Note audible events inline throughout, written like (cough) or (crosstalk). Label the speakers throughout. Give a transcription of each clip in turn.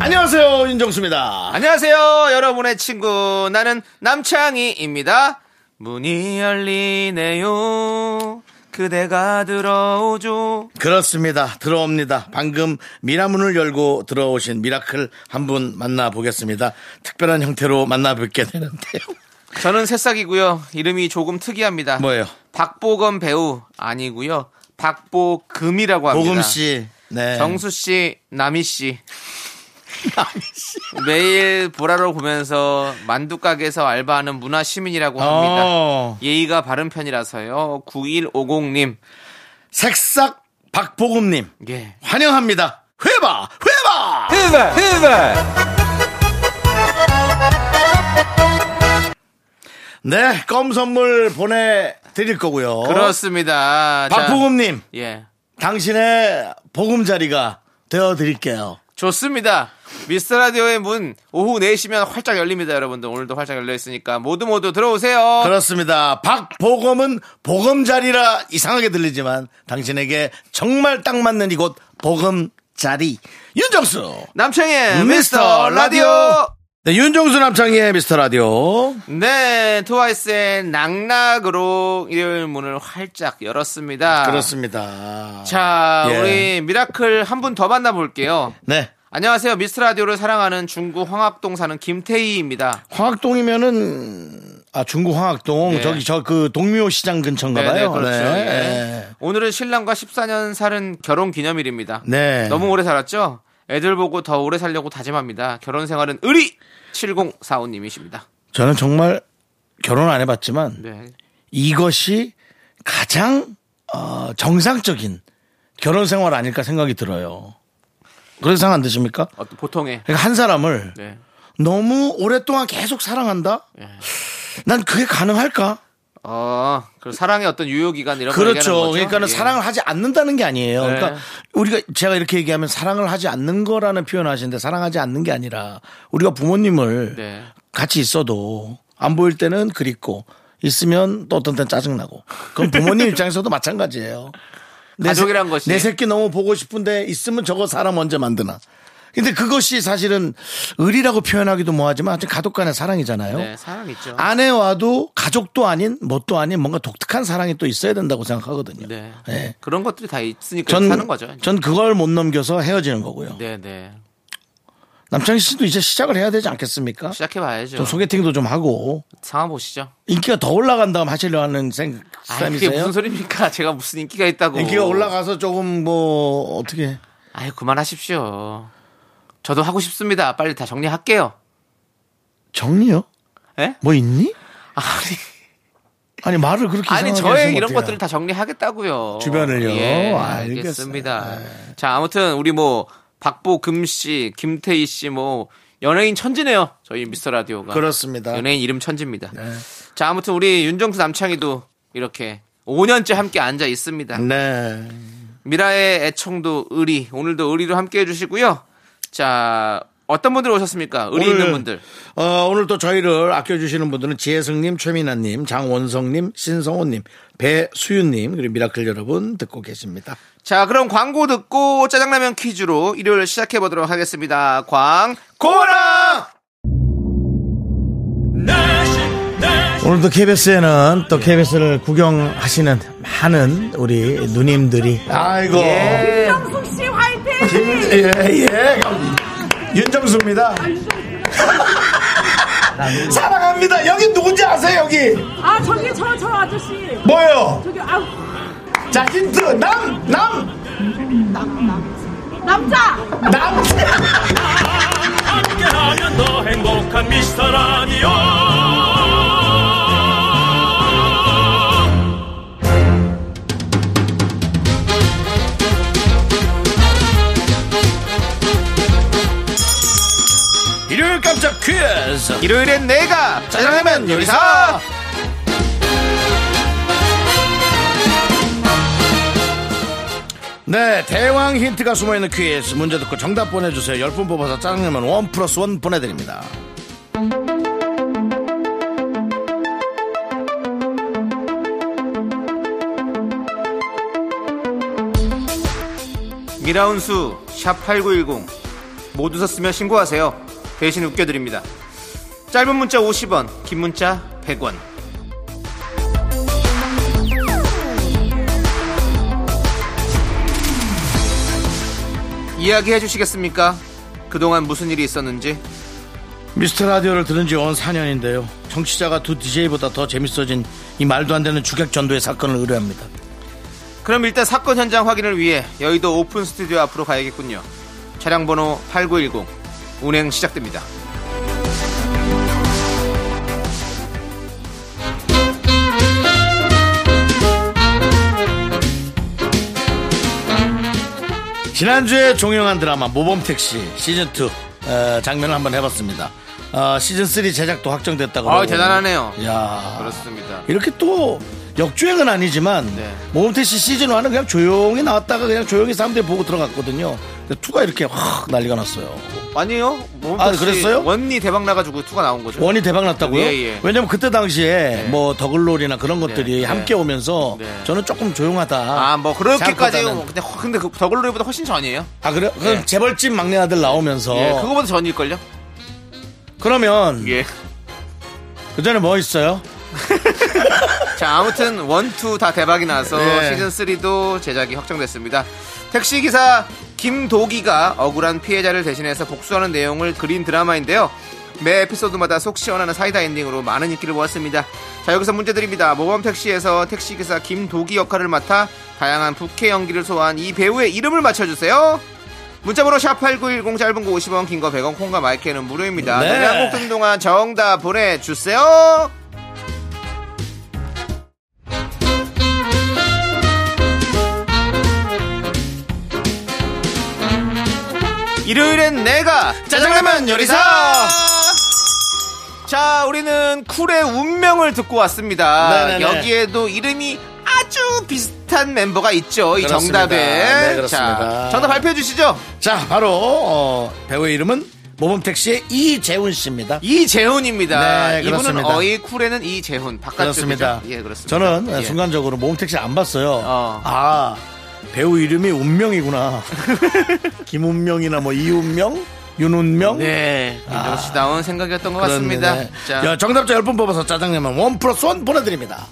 Speaker 1: 안녕하세요 윤정수입니다.
Speaker 2: 안녕하세요, 여러분의 친구. 나는 남창희입니다. 문이 열리네요. 그대가 들어오죠.
Speaker 1: 그렇습니다. 들어옵니다. 방금 미라문을 열고 들어오신 미라클 한 분 만나보겠습니다. 특별한 형태로 만나뵙게
Speaker 2: (laughs)
Speaker 1: 되는데요.
Speaker 2: 저는 새싹이고요. 이름이 조금 특이합니다.
Speaker 1: 뭐예요?
Speaker 2: 박보검 배우 아니고요. 박보금이라고 합니다.
Speaker 1: 보금 씨, 네.
Speaker 2: 정수 씨,
Speaker 1: (laughs)
Speaker 2: 남희 씨. 매일 보라로 보면서 만두 가게에서 알바하는 문화 시민이라고 합니다.
Speaker 1: 어.
Speaker 2: 예의가 바른 편이라서요. 9150님.
Speaker 1: 색싹 박보금님
Speaker 2: 예.
Speaker 1: 환영합니다. 회바 회바. 네, 껌 선물 보내드릴 거고요.
Speaker 2: 그렇습니다. 자,
Speaker 1: 박보금님,
Speaker 2: 예.
Speaker 1: 당신의 보금 자리가 되어드릴게요.
Speaker 2: 좋습니다. 미스터 라디오의 문 오후 4시면 활짝 열립니다, 여러분들. 오늘도 활짝 열려 있으니까 모두 모두 들어오세요.
Speaker 1: 그렇습니다. 박보검은 보검 자리라 이상하게 들리지만 당신에게 정말 딱 맞는 이곳 보검 자리. 윤정수.
Speaker 2: 남창의 미스터 라디오.
Speaker 1: 네, 윤정수 남창희의 미스터 라디오.
Speaker 2: 네, 트와이스의 낙낙으로 일요일 문을 활짝
Speaker 1: 아.
Speaker 2: 열었습니다.
Speaker 1: 그렇습니다.
Speaker 2: 자,
Speaker 1: 예.
Speaker 2: 우리 미라클 한 분 더 만나볼게요.
Speaker 1: 네.
Speaker 2: 안녕하세요. 미스터 라디오를 사랑하는 중구 황학동 사는 김태희입니다.
Speaker 1: 황학동이면은 아 중구 황학동
Speaker 2: 네.
Speaker 1: 저기 저 그 동묘 시장 근처인가
Speaker 2: 네,
Speaker 1: 봐요.
Speaker 2: 네, 그렇죠.
Speaker 1: 네.
Speaker 2: 예. 오늘은 신랑과 14년 살은 결혼 기념일입니다.
Speaker 1: 네.
Speaker 2: 너무 오래 살았죠? 애들 보고 더 오래 살려고 다짐합니다. 결혼 생활은 의리 7045님이십니다.
Speaker 1: 저는 정말 결혼 안 해봤지만
Speaker 2: 네.
Speaker 1: 이것이 가장 어, 정상적인 결혼 생활 아닐까 생각이 들어요. 그런 생각 안 드십니까?
Speaker 2: 어, 보통의
Speaker 1: 그러니까 한 사람을
Speaker 2: 네.
Speaker 1: 너무 오랫동안 계속 사랑한다?
Speaker 2: 예.
Speaker 1: 난 그게 가능할까?
Speaker 2: 어, 그 사랑의 어떤 유효 기간 이런 걸 얘기하는
Speaker 1: 그렇죠.
Speaker 2: 거죠?
Speaker 1: 그러니까는
Speaker 2: 예.
Speaker 1: 사랑을 하지 않는다는 게 아니에요.
Speaker 2: 네.
Speaker 1: 그러니까 우리가 제가 이렇게 얘기하면 사랑을 하지 않는 거라는 표현을 하시는데 사랑하지 않는 게 아니라 우리가 부모님을
Speaker 2: 네.
Speaker 1: 같이 있어도 안 보일 때는 그립고 있으면 또 어떤 때는 짜증나고 그건 부모님
Speaker 2: (laughs)
Speaker 1: 입장에서도 마찬가지예요. 내
Speaker 2: 가족이란
Speaker 1: 새-
Speaker 2: 것이.
Speaker 1: 내 새끼 너무 보고 싶은데 있으면 저거 사람 언제 만드나. 근데 그것이 사실은 의리라고 표현하기도 뭐하지만 하여튼 가족 간의 사랑이잖아요.
Speaker 2: 네, 사랑 있죠.
Speaker 1: 아내와도 가족도 아닌 뭣도 아닌 뭔가 독특한 사랑이 또 있어야 된다고 생각하거든요.
Speaker 2: 네.
Speaker 1: 예.
Speaker 2: 그런 것들이 다 있으니까
Speaker 1: 전,
Speaker 2: 사는 거죠.
Speaker 1: 전 그걸 못 넘겨서 헤어지는 거고요.
Speaker 2: 네, 네.
Speaker 1: 남창희 씨도 이제 시작을 해야 되지 않겠습니까?
Speaker 2: 시작해
Speaker 1: 좀
Speaker 2: 봐야죠.
Speaker 1: 소개팅도 좀 하고
Speaker 2: 상황 보시죠.
Speaker 1: 인기가 더 올라간 다음 하시려 하는 생-
Speaker 2: 아, 그게
Speaker 1: 사람이세요?
Speaker 2: 무슨 소리입니까? (laughs) 제가 무슨 인기가 있다고.
Speaker 1: 인기가 올라가서 조금 뭐 어떻게
Speaker 2: 아유, 그만하십시오. 저도 하고 싶습니다. 빨리 다 정리할게요.
Speaker 1: 정리요?
Speaker 2: 예?
Speaker 1: 뭐 있니?
Speaker 2: 아니,
Speaker 1: 아니 말을 그렇게
Speaker 2: 아니
Speaker 1: 이상하게
Speaker 2: 저의
Speaker 1: 하시면
Speaker 2: 이런
Speaker 1: 어때요?
Speaker 2: 것들을 다 정리하겠다고요.
Speaker 1: 주변을요? 아,
Speaker 2: 예,
Speaker 1: 알겠습니다.
Speaker 2: 알겠습니다. 자, 아무튼 우리 뭐 박보금 씨, 김태희 씨 뭐 연예인 천지네요. 저희 미스터 라디오가.
Speaker 1: 그렇습니다. 네.
Speaker 2: 연예인 이름 천지입니다. 자, 아무튼 우리 윤정수 남창희도 이렇게 5년째 함께 앉아 있습니다.
Speaker 1: 네.
Speaker 2: 미라의 애청도 의리, 오늘도 의리로 함께 해주시고요. 자, 어떤 분들 오셨습니까? 의리 있는 분들.
Speaker 1: 어, 오늘 또 저희를 아껴주시는 분들은 지혜승님, 최민아님, 장원성님, 신성호님, 배수윤님, 그리고 미라클 여러분 듣고 계십니다.
Speaker 2: 자, 그럼 광고 듣고 짜장라면 퀴즈로 일요일 시작해 보도록 하겠습니다. 광.
Speaker 1: 고라! 오늘도 KBS에는 또 KBS를 구경하시는 많은 우리 누님들이. 아이고.
Speaker 2: 예.
Speaker 1: 예, 예. 윤정수입니다. 아, (laughs) 사랑합니다. 여기 누군지 아세요, 여기?
Speaker 3: 아 저기 저 저 아저씨
Speaker 1: 뭐예요?
Speaker 3: 저기 아
Speaker 1: 자, 힌트. 남! 남!
Speaker 3: 남자
Speaker 1: 남!
Speaker 4: 함께하면 더 행복한 미스터 라디오
Speaker 1: 일요일 깜짝 퀴즈
Speaker 2: 일요일엔 내가 짜장라면 요리사
Speaker 1: 네, 대왕 힌트가 숨어있는 퀴즈 문제 듣고 정답 보내주세요. 10분 뽑아서 짜장라면 원 플러스 원 보내드립니다.
Speaker 2: 미라운수 샵8910 못 웃었으면 신고하세요 대신 웃겨드립니다 짧은 문자 50원 긴 문자 100원 이야기해 주시겠습니까? 그동안 무슨 일이 있었는지
Speaker 1: 미스터 라디오를 들은 지 온 4년인데요. 청취자가 두 DJ보다 더 재밌어진 이 말도 안 되는 주객 전도의 사건을 의뢰합니다.
Speaker 2: 그럼 일단 사건 현장 확인을 위해 여의도 오픈 스튜디오 앞으로 가야겠군요 차량 번호 8910 운행 시작됩니다
Speaker 1: 지난주에 종영한 드라마 모범택시 시즌2 어, 장면을 한번 해봤습니다. 어, 시즌3 제작도 확정됐다고.
Speaker 2: 아
Speaker 1: 그러고.
Speaker 2: 대단하네요
Speaker 1: 야
Speaker 2: 그렇습니다
Speaker 1: 이렇게 또 역주행은 아니지만
Speaker 2: 네.
Speaker 1: 모범택시 시즌1은 그냥 조용히 나왔다가 그냥 조용히 사람들이 보고 들어갔거든요. 근데 2가 이렇게 확 난리가 났어요.
Speaker 2: 아니요.
Speaker 1: 아, 그랬어요?
Speaker 2: 원리 대박 나가지고 투가 나온 거죠.
Speaker 1: 원이 대박 났다고요?
Speaker 2: 예, 예.
Speaker 1: 왜냐면 그때 당시에 뭐 더글롤이나 그런 것들이
Speaker 2: 네.
Speaker 1: 함께 오면서
Speaker 2: 네.
Speaker 1: 저는 조금 조용하다.
Speaker 2: 아, 뭐 그렇게까지
Speaker 1: 생각보다는.
Speaker 2: 근데 허- 근데 그 더글로리보다 훨씬 전이에요.
Speaker 1: 아 그래? 그럼
Speaker 2: 네.
Speaker 1: 재벌집 막내 아들 나오면서
Speaker 2: 예, 그거보다 전일 걸요.
Speaker 1: 그러면
Speaker 2: 예.
Speaker 1: 그 전에 뭐 있어요?
Speaker 2: 자, 아무튼 원투 다 대박이 나서
Speaker 1: 예.
Speaker 2: 시즌 3도 제작이 확정됐습니다. 택시 기사 김도기가 억울한 피해자를 대신해서 복수하는 내용을 그린 드라마인데요. 매 에피소드마다 속 시원하는 사이다 엔딩으로 많은 인기를 모았습니다. 자, 여기서 문제 드립니다. 모범 택시에서 택시 기사 김도기 역할을 맡아 다양한 부캐 연기를 소화한 이 배우의 이름을 맞춰 주세요. 문자번호 샵8910 짧은 거 50원 긴 거 100원 콩과 마이크는 무료입니다.
Speaker 1: 네.
Speaker 2: 노래 한곡 듣는 동안 정답 보내주세요. 일요일엔 내가 짜장라면 요리사 자 우리는 쿨의 운명을 듣고 왔습니다
Speaker 1: 네네네.
Speaker 2: 여기에도 이름이 아주 비슷한 멤버가 있죠 이
Speaker 1: 그렇습니다.
Speaker 2: 정답에
Speaker 1: 네, 그렇습니다.
Speaker 2: 자, 정답 발표해 주시죠
Speaker 1: 자 바로 어, 배우의 이름은 모범택시의 이재훈 씨입니다.
Speaker 2: 이재훈입니다
Speaker 1: 네,
Speaker 2: 이분은
Speaker 1: 그렇습니다.
Speaker 2: 어이 쿨에는 이재훈 바깥쪽이죠
Speaker 1: 그렇습니다.
Speaker 2: 예 그렇습니다
Speaker 1: 저는
Speaker 2: 예.
Speaker 1: 순간적으로 모범택시 안 봤어요.
Speaker 2: 어.
Speaker 1: 아 배우 이름이 운명이구나. (laughs) 김운명이나 뭐 이운명, 윤운명.
Speaker 2: 네 김정씨다운 생각이었던 것 같습니다
Speaker 1: 아. 그렇네, 네.
Speaker 2: 자
Speaker 1: 야, 정답자 10분 뽑아서 짜장라면 원 플러스 원 보내드립니다.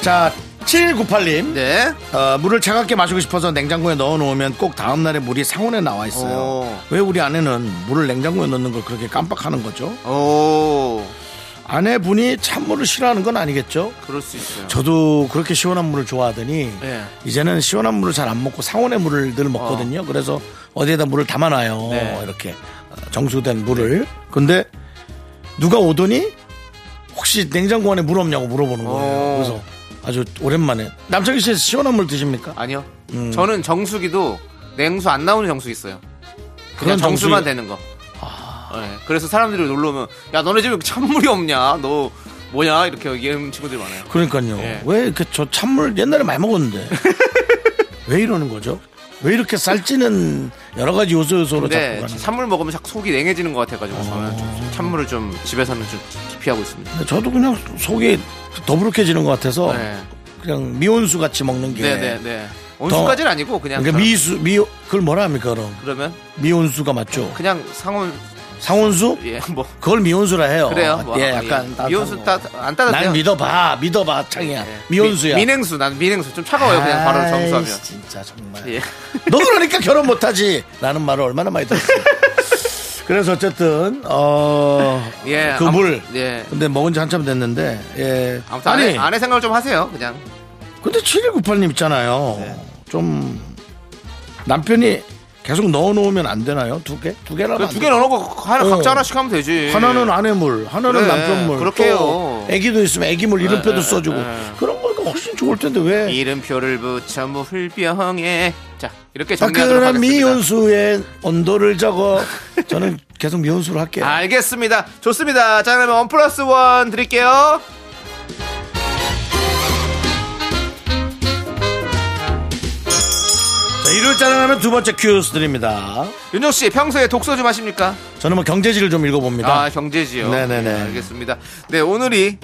Speaker 1: 자, 798님.
Speaker 2: 네.
Speaker 1: 어, 물을 차갑게 마시고 싶어서 냉장고에 넣어 놓으면 꼭 다음날에 물이 상온에 나와 있어요.
Speaker 2: 오.
Speaker 1: 왜 우리 아내는 물을 냉장고에 넣는 걸 그렇게 깜빡하는 거죠?
Speaker 2: 오
Speaker 1: 아내분이 찬물을 싫어하는 건 아니겠죠?
Speaker 2: 그럴 수 있어요
Speaker 1: 저도 그렇게 시원한 물을 좋아하더니
Speaker 2: 예.
Speaker 1: 이제는 시원한 물을 잘 안 먹고 상온의 물을 늘 먹거든요. 그래서 어디에다 물을 담아놔요.
Speaker 2: 어. 네.
Speaker 1: 이렇게 정수된 물을. 근데 누가 오더니 혹시 냉장고 안에 물 없냐고 물어보는 거예요.
Speaker 2: 어.
Speaker 1: 그래서 아주 오랜만에 남창희 씨 시원한 물 드십니까?
Speaker 2: 아니요.
Speaker 1: 음.
Speaker 2: 저는 정수기도 냉수 안 나오는 정수기 있어요. 그냥
Speaker 1: 그런
Speaker 2: 정수만
Speaker 1: 정수기- 아.
Speaker 2: 되는 거. 네, 그래서 사람들이 놀러 오면 야 너네 집에 찬물이 없냐? 너 뭐냐? 이렇게 얘기하는 친구들이 많아요.
Speaker 1: 그러니까요.
Speaker 2: 예.
Speaker 1: 왜 이렇게 저 찬물 옛날에 많이
Speaker 2: (laughs)
Speaker 1: 먹었는데 왜 이러는 거죠? 왜 이렇게 살찌는 여러 가지 요소 요소로 자꾸 어.
Speaker 2: 근데
Speaker 1: 가는 거예요?
Speaker 2: 찬물 먹으면 자꾸 속이 냉해지는 것 같아가지고 저는 좀 찬물을 좀 집에서는 좀 피하고 있습니다.
Speaker 1: 저도 그냥 속이 더부룩해지는 것 같아서
Speaker 2: 네.
Speaker 1: 그냥 미온수 같이 먹는 게.
Speaker 2: 네네네. 온수까지는 아니고 그냥
Speaker 1: 그러니까
Speaker 2: 저는-
Speaker 1: 예. 미수 미 그걸 뭐라 합니까 그럼
Speaker 2: 그러면
Speaker 1: 미온수가 맞죠?
Speaker 2: 그냥 상온
Speaker 1: 상온수?
Speaker 2: 예 뭐
Speaker 1: 그걸 미온수라 해요.
Speaker 2: 그래요. 뭐,
Speaker 1: 예,
Speaker 2: 아,
Speaker 1: 약간 따뜻한
Speaker 2: 미온수
Speaker 1: 거.
Speaker 2: 따안 따뜻해요.
Speaker 1: 난 믿어봐, 믿어봐, 창이야.
Speaker 2: 예.
Speaker 1: 미온수야.
Speaker 2: 미, 냉수난 미냉수 좀 차가워요. 그냥 바로
Speaker 1: 아이,
Speaker 2: 정수하면.
Speaker 1: 진짜 정말.
Speaker 2: 예.
Speaker 1: 너 그러니까 결혼 못하지. 라는 말을 얼마나 많이 들었어. (laughs) 그래서 어쨌든 어그
Speaker 2: 예, 아무-
Speaker 1: 물.
Speaker 2: 예.
Speaker 1: 근데 먹은 지 한참 됐는데 예.
Speaker 2: 아무튼 아내,
Speaker 1: 아니
Speaker 2: 아내 생각을 좀 하세요. 그냥
Speaker 1: 근데 7198님 있잖아요.
Speaker 2: 네.
Speaker 1: 좀 남편이 계속 넣어놓으면 안 되나요? 두 개? 두 개라면
Speaker 2: 그 두 개 넣어놓고 하나
Speaker 1: 어.
Speaker 2: 각자 하나씩 하면 되지.
Speaker 1: 하나는 아내물, 하나는
Speaker 2: 그래,
Speaker 1: 남편물.
Speaker 2: 네, 그렇게
Speaker 1: 또
Speaker 2: 해요.
Speaker 1: 애기도 있으면 애기물 이름표도
Speaker 2: 네, 예.
Speaker 1: 써주고
Speaker 2: 네, 네.
Speaker 1: 그런 걸 훨씬 좋을 텐데 왜
Speaker 2: 이름표를 붙여 물병에 자 이렇게 정리하도록
Speaker 1: 따끈한
Speaker 2: 하겠습니다.
Speaker 1: 아, 미온수의 온도를 적어 저는 계속 미온수로 할게요.
Speaker 2: 아, 알겠습니다. 좋습니다. 자 그러면 원 플러스 원 드릴게요.
Speaker 1: 자, 일요일 자랑하는 두 번째 큐스 드립니다.
Speaker 2: 윤종 씨 평소에 독서 좀 하십니까?
Speaker 1: 저는 뭐 경제지를 좀 읽어봅니다.
Speaker 2: 아 경제지요.
Speaker 1: 네네네.
Speaker 2: 네, 알겠습니다. 네 오늘이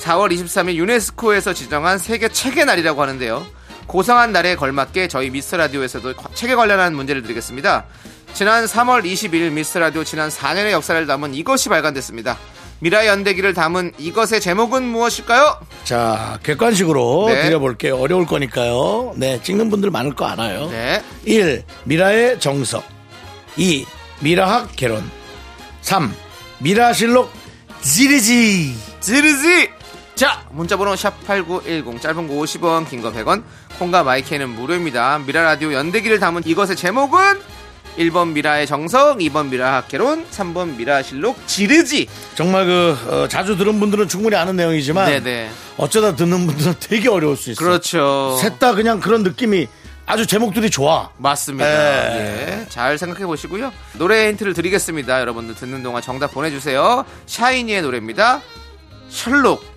Speaker 2: 4월 23일 유네스코에서 지정한 세계 책의 날이라고 하는데요. 고상한 날에 걸맞게 저희 미스 라디오에서도 거- 책에 관련한 문제를 드리겠습니다. 지난 3월 21일 미스 라디오 지난 4년의 역사를 담은 이것이 발간됐습니다. 미라 연대기를 담은 이것의 제목은 무엇일까요?
Speaker 1: 어? 자, 객관식으로
Speaker 2: 네.
Speaker 1: 드려볼게요. 어려울 거니까요. 네, 찍는 분들 많을 거 알아요.
Speaker 2: 네.
Speaker 1: 1. 미라의 정석 2. 미라학 개론 3. 미라실록 지리지
Speaker 2: 지르지! 자, 문자번호 샵8910, 짧은 거 50원, 긴 거 100원, 콩과 마이크는 무료입니다. 미라라디오 연대기를 담은 이것의 제목은 1번 미라의 정성, 2번 미라 학개론, 3번 미라실록 지르지!
Speaker 1: 정말 그 어, 자주 들은 분들은 충분히 아는 내용이지만
Speaker 2: 네네.
Speaker 1: 어쩌다 듣는 분들은 되게 어려울 수 있어요.
Speaker 2: 그렇죠.
Speaker 1: 셋 다 그냥 그런 느낌이 아주 제목들이 좋아.
Speaker 2: 맞습니다.
Speaker 1: 예.
Speaker 2: 예, 잘 생각해 보시고요. 노래 힌트를 드리겠습니다. 여러분들 듣는 동안 정답 보내주세요. 샤이니의 노래입니다. 셜록.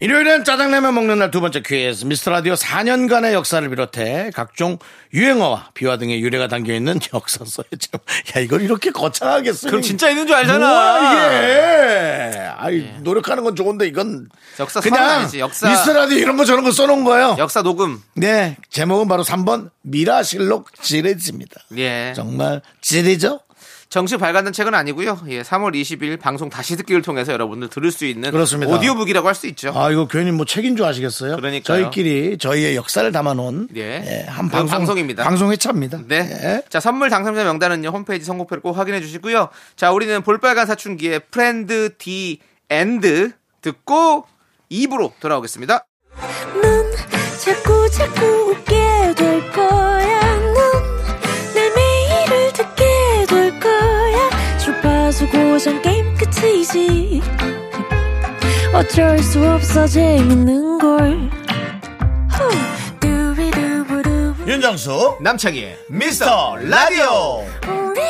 Speaker 1: 일요일엔 짜장라면 먹는 날 두 번째 퀴즈 미스터라디오 4년간의 역사를 비롯해 각종 유행어와 비화 등의 유래가 담겨있는 (laughs) 역사서의 제목 야 이걸 이렇게 거창하게 쓰는
Speaker 2: 그럼 진짜 있는 줄 알잖아. 네.
Speaker 1: 뭐야 이게 아이 노력하는 건 좋은데 이건
Speaker 2: 역사 선언
Speaker 1: 그냥
Speaker 2: 아니지, 역사.
Speaker 1: 미스터라디오 이런 거 저런 거 써놓은 거예요
Speaker 2: 역사 녹음.
Speaker 1: 네 제목은 바로 3번 미라실록 지레지입니다
Speaker 2: 예.
Speaker 1: 정말 지레죠
Speaker 2: 정식 발간된 책은 아니고요. 예, 3월 20일 방송 다시 듣기를 통해서 여러분들 들을 수 있는
Speaker 1: 그렇습니다.
Speaker 2: 오디오북이라고 할 수 있죠.
Speaker 1: 아 이거 괜히 뭐 책인 줄 아시겠어요
Speaker 2: 그러니까요.
Speaker 1: 저희끼리 저희의 역사를 담아놓은
Speaker 2: 예.
Speaker 1: 예, 한
Speaker 2: 그런
Speaker 1: 방송,
Speaker 2: 방송입니다.
Speaker 1: 방송 회차입니다
Speaker 2: 네.
Speaker 1: 예.
Speaker 2: 자, 선물 당첨자 명단은요. 홈페이지 선곡표를 꼭 확인해 주시고요. 자, 우리는 볼빨간 사춘기의 프렌드 디 앤드 듣고 2부로 돌아오겠습니다.
Speaker 5: 넌 자꾸 자꾸 웃게 될 거야. 넌내 매일을 듣게 될 거야. 주파수 고정 게임 끝이지. 어쩔 수 없어 재밌는 걸. 후. 두비두부두.
Speaker 1: 윤정수
Speaker 2: 남창희의
Speaker 1: 미스터 라디오
Speaker 5: 우리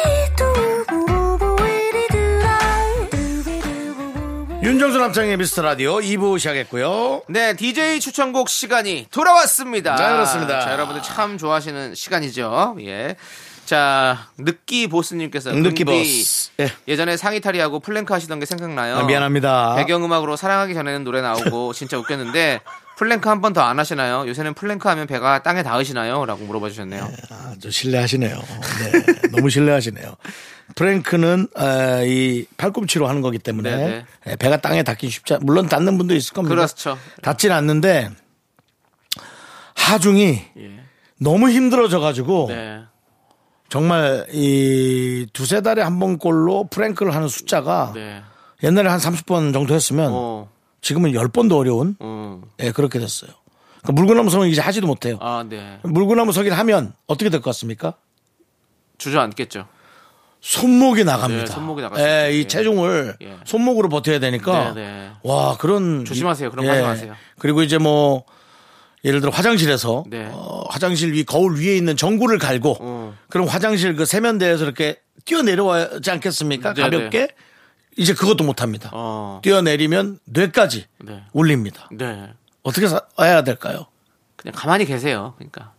Speaker 5: 두부부부이리두라. 두비두부부부.
Speaker 1: 윤정수 남창의 미스터 라디오 2부 시작했고요
Speaker 2: 네, DJ 추천곡 시간이 돌아왔습니다.
Speaker 1: 자, 그렇습니다.
Speaker 2: 자, 여러분들 참 좋아하시는 시간이죠. 예. 자, 느끼 보스님께서.
Speaker 1: 느끼
Speaker 2: 근데
Speaker 1: 보스. 예.
Speaker 2: 예전에 상의탈의하고 플랭크 하시던 게 생각나요.
Speaker 1: 아, 미안합니다.
Speaker 2: 배경음악으로 사랑하기 전에는 노래
Speaker 1: (laughs)
Speaker 2: 나오고 진짜 웃겼는데 플랭크 한 번 더 안 하시나요? 요새는 플랭크 하면 배가 땅에 닿으시나요? 라고 물어봐 주셨네요.
Speaker 1: 아주 신뢰하시네요 (laughs) 네, 너무 신뢰하시네요 프랭크는 아, 이 팔꿈치로 하는 거기 때문에
Speaker 2: 네, 네.
Speaker 1: 예, 배가 땅에 닿긴 쉽지 않 물론 닿는 분도 있을 겁니다
Speaker 2: 그렇죠.
Speaker 1: 닿진 않는데 하중이
Speaker 2: 예.
Speaker 1: 너무 힘들어져 가지고
Speaker 2: 네.
Speaker 1: 정말 이 두세 달에 한 번 꼴로 프랭크를 하는 숫자가
Speaker 2: 네.
Speaker 1: 옛날에 한 30번 정도 했으면
Speaker 2: 어.
Speaker 1: 지금은 10번도 어려운
Speaker 2: 음.
Speaker 1: 예, 그렇게 됐어요. 그러니까 물구나무 서는 이제 하지도 못해요.
Speaker 2: 아, 네.
Speaker 1: 물구나무 서긴 하면 어떻게 될 것 같습니까?
Speaker 2: 주저앉겠죠.
Speaker 1: 손목이 나갑니다.
Speaker 2: 네, 손목이 나갔습니다.
Speaker 1: 예, 이
Speaker 2: 예.
Speaker 1: 체중을
Speaker 2: 예.
Speaker 1: 손목으로 버텨야 되니까
Speaker 2: 네, 네.
Speaker 1: 와 그런 예.
Speaker 2: 조심하세요. 그런 거 하지 마세요.
Speaker 1: 그리고 이제 뭐 예를 들어 화장실에서
Speaker 2: 네.
Speaker 1: 어, 화장실 위 거울 위에 있는 전구를 갈고
Speaker 2: 어.
Speaker 1: 그럼 화장실 그 세면대에서 이렇게 뛰어 내려와지 않겠습니까?
Speaker 2: 네,
Speaker 1: 가볍게 이제 그것도 못 합니다.
Speaker 2: 어.
Speaker 1: 뛰어 내리면 뇌까지
Speaker 2: 네.
Speaker 1: 울립니다.
Speaker 2: 네.
Speaker 1: 어떻게 사- 해야 될까요?
Speaker 2: 그냥 가만히 계세요. 그러니까.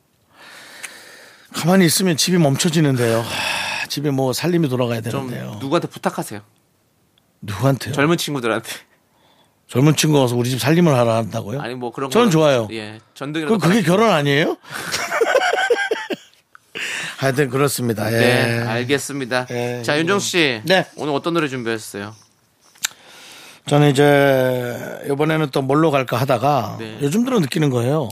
Speaker 1: 가만히 있으면 집이 멈춰지는데요. 하, 집에 뭐 살림이 돌아가야
Speaker 2: 좀
Speaker 1: 되는데요.
Speaker 2: 누구한테 부탁하세요.
Speaker 1: 누구한테요?
Speaker 2: 젊은 친구들한테.
Speaker 1: 젊은 친구 가서 우리 집 살림을 하라 한다고요?
Speaker 2: 아니 뭐 그런 거.
Speaker 1: 네. 저는 좋아요.
Speaker 2: 예. 전등이라도
Speaker 1: 그럼 그게 결혼 아니에요? (laughs) 하여튼 그렇습니다. 예.
Speaker 2: 네, 알겠습니다.
Speaker 1: 예,
Speaker 2: 자, 윤정 씨.
Speaker 1: 네.
Speaker 2: 오늘 어떤 노래 준비했어요?
Speaker 1: 저는 이제 이번에는 또 뭘로 갈까 하다가
Speaker 2: 네.
Speaker 1: 요즘 들어 느끼는 거예요.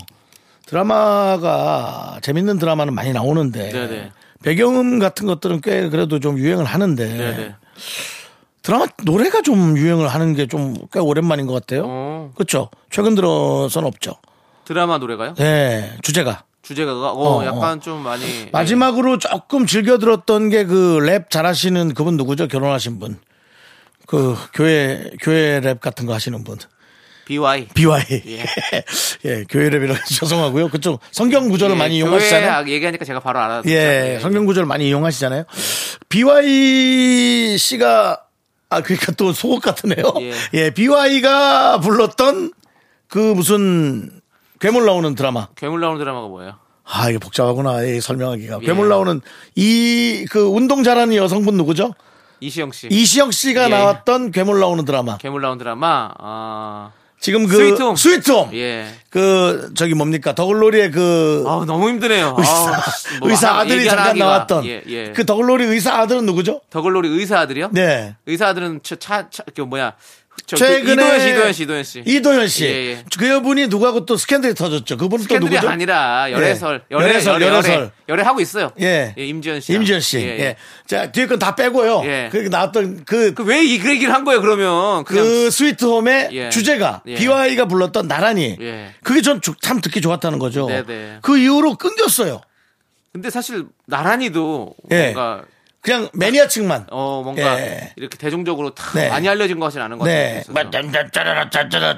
Speaker 1: 드라마가 재밌는 드라마는 많이 나오는데
Speaker 2: 네, 네.
Speaker 1: 배경음 같은 것들은 꽤 그래도 좀 유행을 하는데
Speaker 2: 네, 네.
Speaker 1: 드라마 노래가 좀 유행을 하는 게 좀 꽤 오랜만인 것 같아요.
Speaker 2: 어.
Speaker 1: 그렇죠. 최근 들어선 없죠.
Speaker 2: 드라마 노래가요?
Speaker 1: 네, 주제가
Speaker 2: 주제가가 어,
Speaker 1: 어,
Speaker 2: 약간 좀 많이
Speaker 1: 마지막으로 조금 즐겨 들었던 게 그 랩 잘하시는 그분 누구죠? 결혼하신 분. 그 교회 교회 랩 같은 거 하시는 분
Speaker 2: BY.
Speaker 1: BY 예, (laughs)
Speaker 2: 예.
Speaker 1: 교회 랩이라 해서 (laughs) 죄송하고요 그쪽 성경 구절을
Speaker 2: 예,
Speaker 1: 많이
Speaker 2: 교회
Speaker 1: 이용하시잖아요
Speaker 2: 악 얘기하니까 제가 바로 알았어요.
Speaker 1: 예 성경 구절 많이 이용하시잖아요 BY 씨가 아 그러니까 또 속옷 같으네요
Speaker 2: 예.
Speaker 1: 예 BY가 불렀던 그 무슨 괴물 나오는 드라마
Speaker 2: 괴물 나오는 드라마가 뭐예요?
Speaker 1: 아 이게 복잡하구나 이 설명하기가
Speaker 2: 예.
Speaker 1: 괴물 나오는 이 그 운동 잘하는 여성분 누구죠
Speaker 2: 이시영 씨.
Speaker 1: 이시영 씨가
Speaker 2: 예.
Speaker 1: 나왔던 괴물 나오는 드라마
Speaker 2: 괴물 나오는 드라마. 아,
Speaker 1: 지금 그
Speaker 2: 스위트홈.
Speaker 1: 스위트홈.
Speaker 2: 예.
Speaker 1: 그 저기 뭡니까 더글로리의 그
Speaker 2: 아 너무 힘드네요.
Speaker 1: 의사,
Speaker 2: 아우, 씨, 뭐
Speaker 1: 의사
Speaker 2: 하나
Speaker 1: 아들이
Speaker 2: 얘기하라
Speaker 1: 잠깐
Speaker 2: 하기가.
Speaker 1: 나왔던
Speaker 2: 예, 예.
Speaker 1: 그 더글로리 의사 아들은 누구죠?
Speaker 2: 더글로리 의사 아들이요?
Speaker 1: 네.
Speaker 2: 의사 아들은 차, 차, 차, 그 뭐야. 저,
Speaker 1: 최근에
Speaker 2: 이도현 씨, 이도현 씨, 이도현 씨.
Speaker 1: 이도현 씨.
Speaker 2: 예, 예.
Speaker 1: 그분이 누구하고 또 스캔들이 터졌죠. 그분은 또
Speaker 2: 스캔들이
Speaker 1: 누구죠?
Speaker 2: 아니라 열애설,
Speaker 1: 예.
Speaker 2: 열애,
Speaker 1: 열애설,
Speaker 2: 열애, 열애,
Speaker 1: 열애설.
Speaker 2: 열애 하고 있어요.
Speaker 1: 예.
Speaker 2: 임지현 씨.
Speaker 1: 임지현 씨. 예, 자, 뒤에 건 다 빼고요.
Speaker 2: 예.
Speaker 1: 그렇게 나왔던 그 그
Speaker 2: 그 왜 이 얘기를 한 거예요? 그러면 그냥
Speaker 1: 스위트홈의
Speaker 2: 예.
Speaker 1: 주제가
Speaker 2: 예.
Speaker 1: 비와이가 불렀던 나란히
Speaker 2: 예.
Speaker 1: 그게 전 참 듣기 좋았다는 거죠.
Speaker 2: 네, 네.
Speaker 1: 그 이후로 끊겼어요.
Speaker 2: 근데 사실 나란히도
Speaker 1: 예.
Speaker 2: 뭔가
Speaker 1: 그냥 매니아층만.
Speaker 2: 어 뭔가
Speaker 1: 예.
Speaker 2: 이렇게 대중적으로 다
Speaker 1: 네.
Speaker 2: 많이 알려진 것은 아닌 것
Speaker 1: 네.
Speaker 2: 같아요. 그래서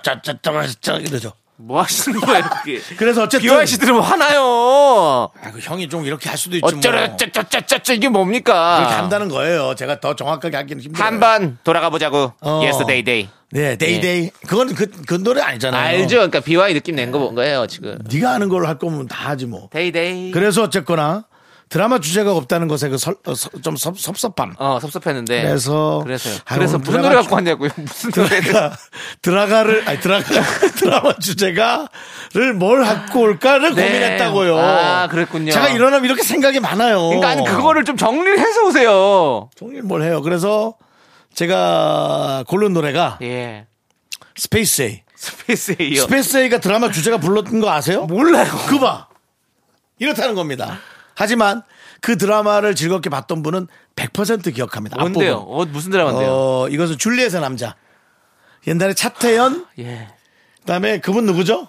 Speaker 1: 이러죠.
Speaker 2: 뭐 하시는 거예요? 그게.
Speaker 1: 그래서 어쨌든
Speaker 2: 비와 씨 들으면 화나요.
Speaker 1: 아, 그 형이 좀 이렇게 할 수도 있지 뭐.
Speaker 2: 어쩌라
Speaker 1: 그렇게
Speaker 2: 짜짜짜짜 이게 뭡니까?
Speaker 1: 한다는 거예요. 제가 더 정확하게 하기는 힘들어요.
Speaker 2: 한번 돌아가 보자고.
Speaker 1: 어.
Speaker 2: Yesterday Day.
Speaker 1: 네, 데이데이. 그건 그, 그 노래 아니잖아요.
Speaker 2: 알죠? 그러니까 비와이 느낌 낸 거 뭔 거예요 지금?
Speaker 1: 네가 아는 걸로 할 거면 다 하지 뭐.
Speaker 2: Day Day.
Speaker 1: 그래서 어쨌거나 드라마 주제가 없다는 것에 그 설- 어, 서- 좀 섭, 섭섭함.
Speaker 2: 어 섭섭했는데.
Speaker 1: 그래서-
Speaker 2: 그래서요.
Speaker 1: 아,
Speaker 2: 그래서
Speaker 1: 오늘
Speaker 2: 무슨 노래
Speaker 1: 드라마
Speaker 2: 갖고 왔냐고요? 무슨 노래를?
Speaker 1: 그러니까 드라가,
Speaker 2: (laughs)
Speaker 1: 드라가를, 아니, 드라가, (laughs) 드라마 주제가를 뭘 갖고 올까를
Speaker 2: 네.
Speaker 1: 고민했다고요.
Speaker 2: 아, 그랬군요.
Speaker 1: 제가 일어나면 이렇게 생각이 많아요.
Speaker 2: 그러니까 아니 그거를 좀 정리를 해서 오세요.
Speaker 1: 종일 뭘 해요. 그래서 제가 고른 노래가
Speaker 2: 예.
Speaker 1: 스페이스 A.
Speaker 2: 스페이스 에이요.
Speaker 1: 스페이스 A가 드라마 주제가 불렀던 거 아세요? 몰라요. 그 봐. 이렇다는 겁니다. 하지만 그 드라마를 즐겁게 봤던 분은 100% 기억합니다.
Speaker 2: 뭔데요?
Speaker 1: 앞부분.
Speaker 2: 어, 무슨 드라마인데요?
Speaker 1: 어, 이것은 줄리엣의 남자. 옛날에 차태현,
Speaker 2: 예.
Speaker 1: 그다음에 그분 누구죠?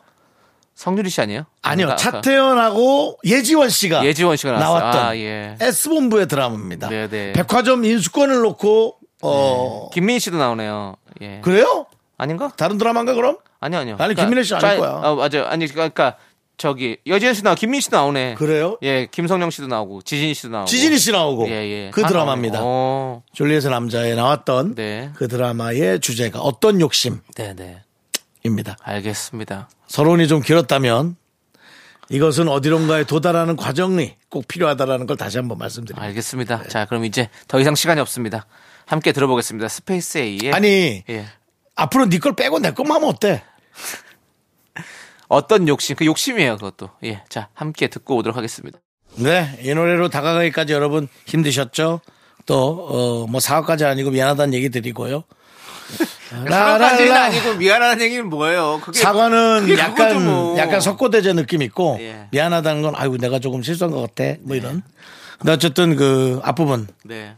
Speaker 2: 성유리 씨 아니에요?
Speaker 1: 아니요.
Speaker 2: 아까- 아까.
Speaker 1: 차태현하고 예지원 씨가
Speaker 2: 예지원 씨가 나왔어요.
Speaker 1: 나왔던
Speaker 2: 아, 예.
Speaker 1: S본부의 드라마입니다.
Speaker 2: 네네. 네.
Speaker 1: 백화점 인수권을 놓고 어
Speaker 2: 김민희 씨도 나오네요. 예.
Speaker 1: 그래요?
Speaker 2: 아닌가?
Speaker 1: 다른 드라마인가 그럼?
Speaker 2: 아니요, 아니요.
Speaker 1: 아니, 김민희 씨는 아닐
Speaker 2: 짜-
Speaker 1: 거야.
Speaker 2: 아, 맞아요. 아니, 그러니까 저기 여지현 씨 나오고 김민희 씨도 나오네.
Speaker 1: 그래요?
Speaker 2: 예, 김성령 씨도 나오고 지진이 씨도 나오고.
Speaker 1: 지진이 씨 나오고
Speaker 2: 예, 예.
Speaker 1: 그
Speaker 2: 다
Speaker 1: 드라마입니다.
Speaker 2: 나오네. 어.
Speaker 1: 줄리엣의 남자에 나왔던
Speaker 2: 네.
Speaker 1: 그 드라마의 주제가 어떤 욕심입니다.
Speaker 2: 네, 네. 알겠습니다.
Speaker 1: 서론이 좀 길었다면 이것은 어디론가에 도달하는 과정이 꼭 필요하다라는 걸 다시 한번 말씀드립니다.
Speaker 2: 알겠습니다.
Speaker 1: 네.
Speaker 2: 자, 그럼 이제 더 이상 시간이 없습니다. 함께 들어보겠습니다. 스페이스 A의
Speaker 1: 아니
Speaker 2: 예.
Speaker 1: 앞으로 네 걸 빼고 내 것만 하면 어때?
Speaker 2: 어떤 욕심? 그 욕심이에요, 그것도. 예. 자, 함께 듣고 오도록 하겠습니다.
Speaker 1: 네, 이 노래로 다가가기까지 여러분 힘드셨죠? 또 어 뭐 사업까지 아니고 미안하다는 얘기 드리고요.
Speaker 2: 사랑까지는
Speaker 1: 라라라.
Speaker 2: 아니고 미안하다는 얘기는 뭐예요? 그게
Speaker 1: 사과는
Speaker 2: 그게 그거죠,
Speaker 1: 약간
Speaker 2: 뭐.
Speaker 1: 약간 석고대제 느낌 있고
Speaker 2: 예.
Speaker 1: 미안하다는 건 아이고 내가 조금 실수한 것 같아 뭐 이런. 근데 어쨌든 그 앞부분
Speaker 2: 네.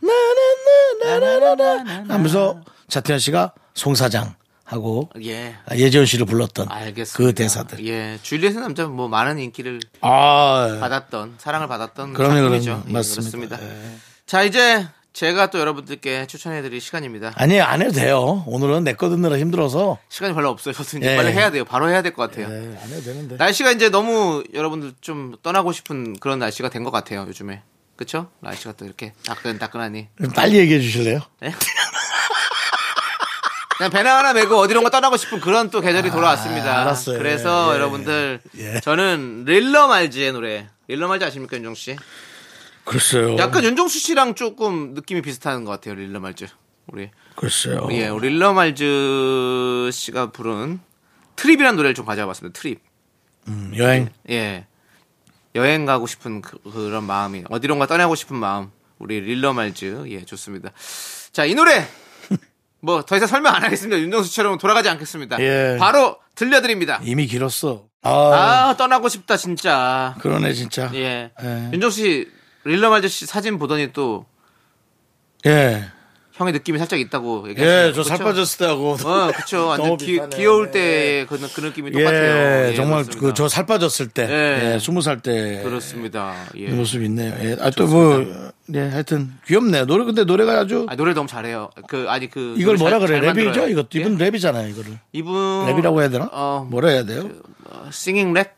Speaker 1: 나나나나나나나 하면서 차태현 씨가 송 사장 하고
Speaker 2: 예.
Speaker 1: 예지원 씨를 불렀던
Speaker 2: 알겠습니다.
Speaker 1: 그 대사들.
Speaker 2: 예. 줄리엣의 남자는 뭐 많은 인기를
Speaker 1: 아
Speaker 2: 받았던 사랑을 받았던
Speaker 1: 그럼요,
Speaker 2: 작품이죠.
Speaker 1: 그럼요.
Speaker 2: 예,
Speaker 1: 맞습니다. 네.
Speaker 2: 그렇습니다. 자, 이제 제가 또 여러분들께 추천해 드릴 시간입니다.
Speaker 1: 아니 안 해도 돼요. 오늘은 내 거 듣느라 힘들어서
Speaker 2: 시간이 별로 없어요. 저도 이제
Speaker 1: 예.
Speaker 2: 빨리 해야 돼요. 바로 해야 될 것 같아요.
Speaker 1: 네, 안 해도 되는데.
Speaker 2: 날씨가 이제 너무 여러분들 좀 떠나고 싶은 그런 날씨가 된 것 같아요 요즘에 그쵸? 날씨가 또 이렇게 따끈따끈하니
Speaker 1: 빨리 얘기해 주실래요?
Speaker 2: 네? (laughs) 그냥 배낭 하나 메고 어디론가 떠나고 싶은 그런 또 계절이 돌아왔습니다
Speaker 1: 알았어요.
Speaker 2: 그래서
Speaker 1: 예,
Speaker 2: 여러분들
Speaker 1: 예.
Speaker 2: 저는 릴러 말지의 노래 릴러 말지 아십니까 윤종수 씨?
Speaker 1: 어. 글쎄요.
Speaker 2: 약간 윤종수 씨랑 조금 느낌이 비슷한 것 같아요 릴러 말지 우리
Speaker 1: 글쎄요.
Speaker 2: 예, 우리 릴러 말즈 씨가 부른 트립이라는 노래를 좀 가져와 봤습니다 트립
Speaker 1: 음, 여행
Speaker 2: 예. 여행 가고 싶은 그, 런 마음이 어디론가 떠나고 싶은 마음 우리 릴러 말즈 예 좋습니다 자
Speaker 1: (laughs)
Speaker 2: 이 노래 뭐 더 이상 설명 안 하겠습니다 윤정수처럼 돌아가지 않겠습니다
Speaker 1: 예.
Speaker 2: 바로 들려드립니다
Speaker 1: 이미 길었어. 아,
Speaker 2: 아 떠나고 싶다 진짜
Speaker 1: 그러네 진짜. 예.
Speaker 2: 예 윤정수 씨 릴러 말즈 씨 사진 보더니 또 형의 느낌이 살짝 있다고 얘기했어요.
Speaker 1: 예, 저 살 빠졌을 때하고. (laughs)
Speaker 2: 어, 그쵸. 완전
Speaker 1: 너무
Speaker 2: 귀,
Speaker 1: 비슷하네.
Speaker 2: 귀여울 때의 그, 그 느낌이 똑같아요.
Speaker 1: 예, 정말
Speaker 2: 그렇습니다.
Speaker 1: 그 저 살 빠졌을 때,
Speaker 2: 예.
Speaker 1: 예, 스무 살 때.
Speaker 2: 그렇습니다. 예.
Speaker 1: 이 모습 있네요. 예, 아, 또 뭐, 예, 하여튼 귀엽네요. 노래 근데 노래가 아주
Speaker 2: 아, 노래 너무 잘해요. 그 아니 그
Speaker 1: 이걸
Speaker 2: 노래
Speaker 1: 뭐라 그래?
Speaker 2: 잘- 잘
Speaker 1: 랩이죠?
Speaker 2: 만들어요.
Speaker 1: 이것도
Speaker 2: 예?
Speaker 1: 이분 랩이잖아요. 이거를
Speaker 2: 이분
Speaker 1: 랩이라고 해야 되나?
Speaker 2: 어,
Speaker 1: 뭐라 해야 돼요?
Speaker 2: 어, 싱잉 랩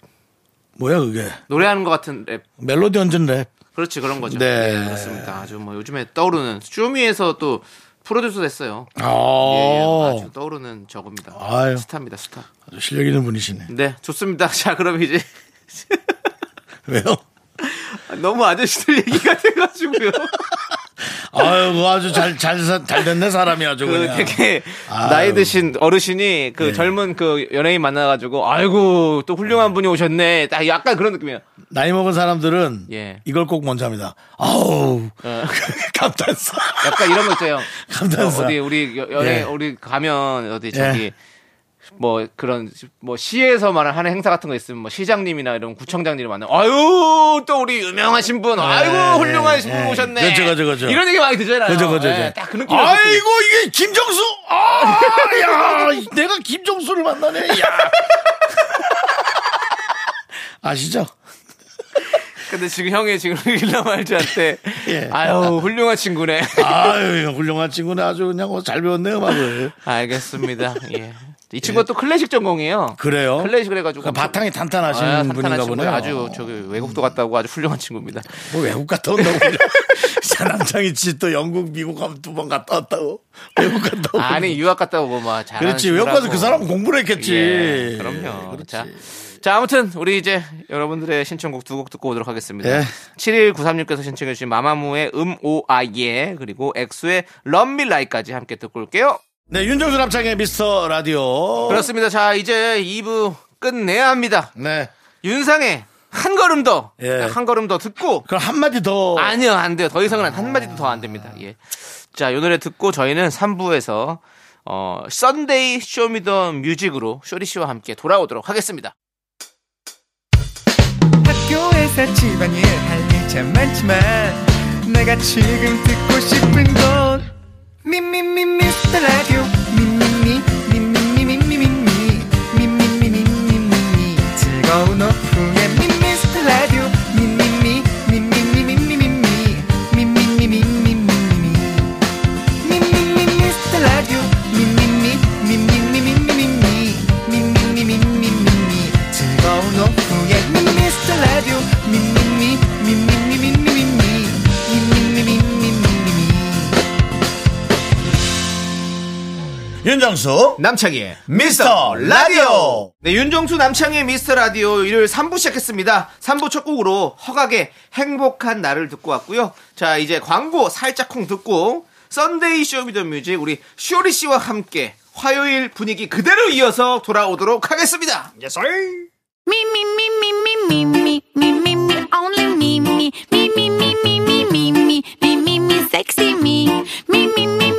Speaker 1: 뭐야 그게?
Speaker 2: 노래하는 것 같은 랩.
Speaker 1: 멜로디 얹은 랩.
Speaker 2: 그렇지 그런 거죠.
Speaker 1: 네.
Speaker 2: 예, 그렇습니다. 아주 뭐 요즘에 떠오르는 쇼미에서 또 프로듀서 됐어요.
Speaker 1: 아,
Speaker 2: 예, 예, 아주 떠오르는 저겁니다.
Speaker 1: 아유.
Speaker 2: 스타입니다, 스타.
Speaker 1: 아주 실력 있는 분이시네. (laughs)
Speaker 2: 네, 좋습니다. (laughs) 자, 그럼 이제
Speaker 1: 왜요?
Speaker 2: 너무 아저씨들 얘기가 돼가지고요.
Speaker 1: 아유, 그거 아주 잘, 잘, 사- 잘 됐네, 사람이 아주
Speaker 2: 그
Speaker 1: 그냥.
Speaker 2: 되게
Speaker 1: 아유. 네.
Speaker 2: 나이 드신 어르신이 그 젊은 그 연예인 만나가지고 아이고 또 훌륭한 분이 오셨네. 딱 약간 그런 느낌이에요.
Speaker 1: 나이 먹은 사람들은
Speaker 2: 예.
Speaker 1: 이걸 꼭 먼저 합니다. 아우,
Speaker 2: 어.
Speaker 1: (laughs) 감탄사.
Speaker 2: 약간 이런 거 있어요.
Speaker 1: (laughs) 감탄사.
Speaker 2: 어, 어디 우리 여- 연예
Speaker 1: 예.
Speaker 2: 우리 가면 어디 저기 뭐 그런 뭐 시에서 말을 하는 행사 같은 거 있으면 뭐 시장님이나 이런 구청장님을 만나 아유 또 우리 유명하신 분 아이고
Speaker 1: 예,
Speaker 2: 훌륭하신 분
Speaker 1: 예.
Speaker 2: 오셨네
Speaker 1: 그렇죠, 그렇죠, 그렇죠.
Speaker 2: 이런 얘기 많이 들잖아요
Speaker 1: 그죠, 그죠,
Speaker 2: 예,
Speaker 1: 그죠.
Speaker 2: 딱그 느낌
Speaker 1: 아이고, 이게 김정수! 아, 야, 내가 김정수를 만나네, 야. (laughs) 아시죠?
Speaker 2: 근데 지금 형이 지금 (laughs) 일남할주한테
Speaker 1: (laughs) 예.
Speaker 2: 아유 훌륭한
Speaker 1: (laughs)
Speaker 2: 친구네
Speaker 1: 아유, 훌륭한 친구네. 아주 그냥 어, 잘 배웠네, 음악을.
Speaker 2: 알겠습니다 예이 친구가 또 클래식 전공이에요
Speaker 1: 그래요?
Speaker 2: 클래식을 해가지고
Speaker 1: 그러니까 바탕이 탄탄하신
Speaker 2: 아,
Speaker 1: 분인가
Speaker 2: 탄탄한
Speaker 1: 보네요.
Speaker 2: 친구예요. 아주 저기 외국도 갔다 오고 아주 훌륭한 친구입니다
Speaker 1: 뭐 외국 갔다 온다고. (laughs) 사남창이치 또 영국, 미국 가면 두 번 갔다 왔다고. 외국 갔다 오고.
Speaker 2: 아니 유학 갔다 오고 뭐 잘.
Speaker 1: 그렇지. 외국 가서 그 사람은 공부를 했겠지.
Speaker 2: 예, 그럼요. 자, 자 아무튼 우리 이제 여러분들의 신청곡 두 곡 듣고 오도록 하겠습니다.
Speaker 1: 예.
Speaker 2: 7193님께서 신청해주신 마마무의 음, 음오아예 그리고 엑소의 럼밀라이까지 함께 듣고 올게요.
Speaker 1: 네, 윤정수 남창의 미스터 라디오.
Speaker 2: 그렇습니다. 자 이제 2부 끝내야 합니다.
Speaker 1: 네.
Speaker 2: 윤상의 한 걸음 더,
Speaker 1: 예.
Speaker 2: 한 걸음 더 듣고
Speaker 1: 그럼 한마디 더.
Speaker 2: 아니요, 안 돼요. 더 이상은 한 마디도 더 안 됩니다. 예. 자, 요 노래 듣고 저희는 3부에서 어, 썬데이 쇼미더 뮤직으로 쇼리 씨와 함께 돌아오도록 하겠습니다.
Speaker 6: 학교에서 집안일 할 일 참 많지만 내가 지금 듣고 싶은 건 미미미 미스터 라디오 미미미 미미미미미미 미미미미미미 즐거운 오후에 미스터 라디오 미미미 미미미미미미 미미미미미미미 미미미 미스터 라디오 미미미 미미미미미미 미미미미미미 즐거운 오후에 미스터 라디오 미미미 미미미미미미 미미미미미미미
Speaker 1: 윤정수.
Speaker 2: 남창희의
Speaker 1: 미스터 라디오.
Speaker 2: 네, 윤정수 남창희의 미스터 라디오 일요일 3부 시작했습니다. 3부 첫 곡으로 허각의 행복한 나를 듣고 왔고요. 자, 이제 광고 살짝 콩 듣고 썬데이 쇼미더 뮤직 우리 쇼리 씨와 함께 화요일 분위기 그대로 이어서 돌아오도록 하겠습니다.
Speaker 5: Me, me, me, me, me, me, me, me, me, me, only me, me, me, me, me, me, me, me, me, me, me, me, sexy me, me, me, me, me, me, me, me,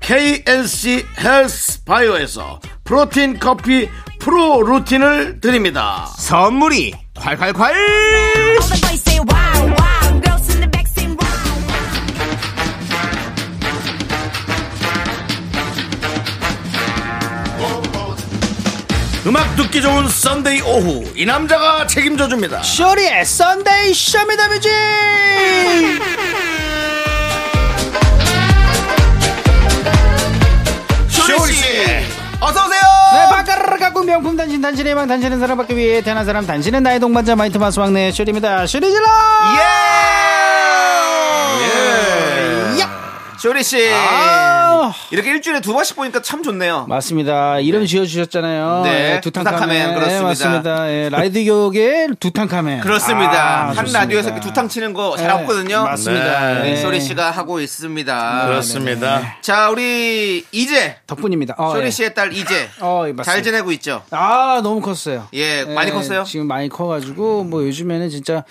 Speaker 1: KNC 헬스 바이오에서 프로틴 커피 프로 루틴을 드립니다.
Speaker 2: 선물이 콸콸콸
Speaker 5: All the boys say wow, wow, girls in the back say wow.
Speaker 1: 음악 듣기 좋은 썬데이 오후 이 남자가 책임져 줍니다.
Speaker 2: 쇼리의 썬데이 (laughs) 쇼미더뮤직
Speaker 1: 쇼리씨.
Speaker 2: 어서오세요
Speaker 7: 네, 바깥을 갖고 명품 단신, 단신의 망, 단신은 사랑받기 위해 태어난 사람, 단신은 나의 동반자, 마이트마스 왕래,
Speaker 1: 네.
Speaker 7: 쇼리입니다. 쇼리질러!
Speaker 2: 예!
Speaker 1: 예.
Speaker 2: 쇼리 씨.
Speaker 7: 아.
Speaker 2: 이렇게 일주일에 두 번씩 보니까 참 좋네요.
Speaker 7: 맞습니다. 이름 지어주셨잖아요.
Speaker 2: 네,
Speaker 7: 예, 두탕카멘.
Speaker 2: 두탕카멘, 그렇습니다.
Speaker 7: 예, 맞습니다. 예, 라이드 교계 두탕카멘.
Speaker 2: 그렇습니다.
Speaker 7: 아,
Speaker 2: 한
Speaker 7: 좋습니다.
Speaker 2: 라디오에서 이렇게 두탕 치는 거 잘
Speaker 7: 네,
Speaker 2: 없거든요.
Speaker 7: 맞습니다.
Speaker 2: 우리
Speaker 7: 네. 아,
Speaker 2: 쇼리 씨가 하고 있습니다. 네.
Speaker 1: 그렇습니다.
Speaker 2: 자, 우리 이제
Speaker 7: 덕분입니다. 어,
Speaker 2: 쇼리
Speaker 7: 예.
Speaker 2: 씨의 딸 이제
Speaker 7: 어, 예, 맞습니다.
Speaker 2: 잘 지내고 있죠.
Speaker 7: 아 너무 컸어요.
Speaker 2: 예, 많이 컸어요?
Speaker 7: 지금 많이 커가지고 뭐 요즘에는 진짜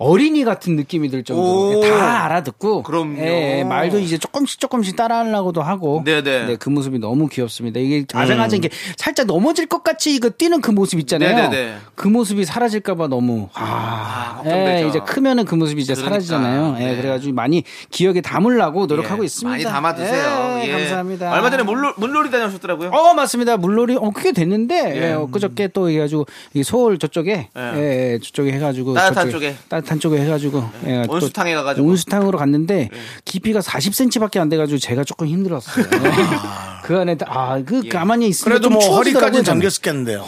Speaker 7: 어린이 같은 느낌이 들 정도로 예,
Speaker 2: 오.
Speaker 7: 다 알아듣고
Speaker 2: 그럼요.
Speaker 7: 예, 예, 말도 이제 조금씩 조금씩 따라하려고도 하고
Speaker 2: 네네. 음.
Speaker 7: 네, 그 모습이 너무 귀엽습니다. 이게 아장아장 이게 살짝 넘어질 것 같이 이거 뛰는 그 모습 있잖아요.
Speaker 2: 네네네.
Speaker 7: 그 모습이 사라질까봐 너무
Speaker 2: 아,
Speaker 7: 아,
Speaker 2: 걱정되죠.
Speaker 7: 예, 이제 크면은 그 모습이 이제
Speaker 2: 그러니까.
Speaker 7: 사라지잖아요. 예,
Speaker 2: 네.
Speaker 7: 그래가지고 많이 기억에 담으려고 노력하고
Speaker 2: 예,
Speaker 7: 있습니다.
Speaker 2: 많이 담아두세요.
Speaker 7: 예,
Speaker 2: 예.
Speaker 7: 감사합니다.
Speaker 2: 얼마 전에 물놀, 물놀이 다녀오셨더라고요.
Speaker 7: 어 맞습니다 물놀이 어 그게 됐는데
Speaker 2: 예.
Speaker 7: 예. 엊그저께 또 해가지고 이 서울 저쪽에
Speaker 2: 예.
Speaker 7: 예. 예, 저쪽에 해가지고
Speaker 2: 따뜻한
Speaker 7: 저쪽에,
Speaker 2: 쪽에.
Speaker 7: 따뜻한 쪽에 해가지고 예, 또
Speaker 2: 온수탕에 가가지고. 예.
Speaker 7: 온수탕으로 갔는데 깊이가 40cm밖에 안 돼가지고 제가 조금
Speaker 2: (laughs)
Speaker 7: 힘들었어요 예.
Speaker 2: 아.
Speaker 7: 그 안에 아그
Speaker 2: 예.
Speaker 7: 가만히 있으면
Speaker 1: 그래도
Speaker 7: 좀
Speaker 1: 뭐
Speaker 7: 추워지더라고요, 네.
Speaker 1: 허리까지는
Speaker 7: 저는.
Speaker 1: 잠겼을 텐데요.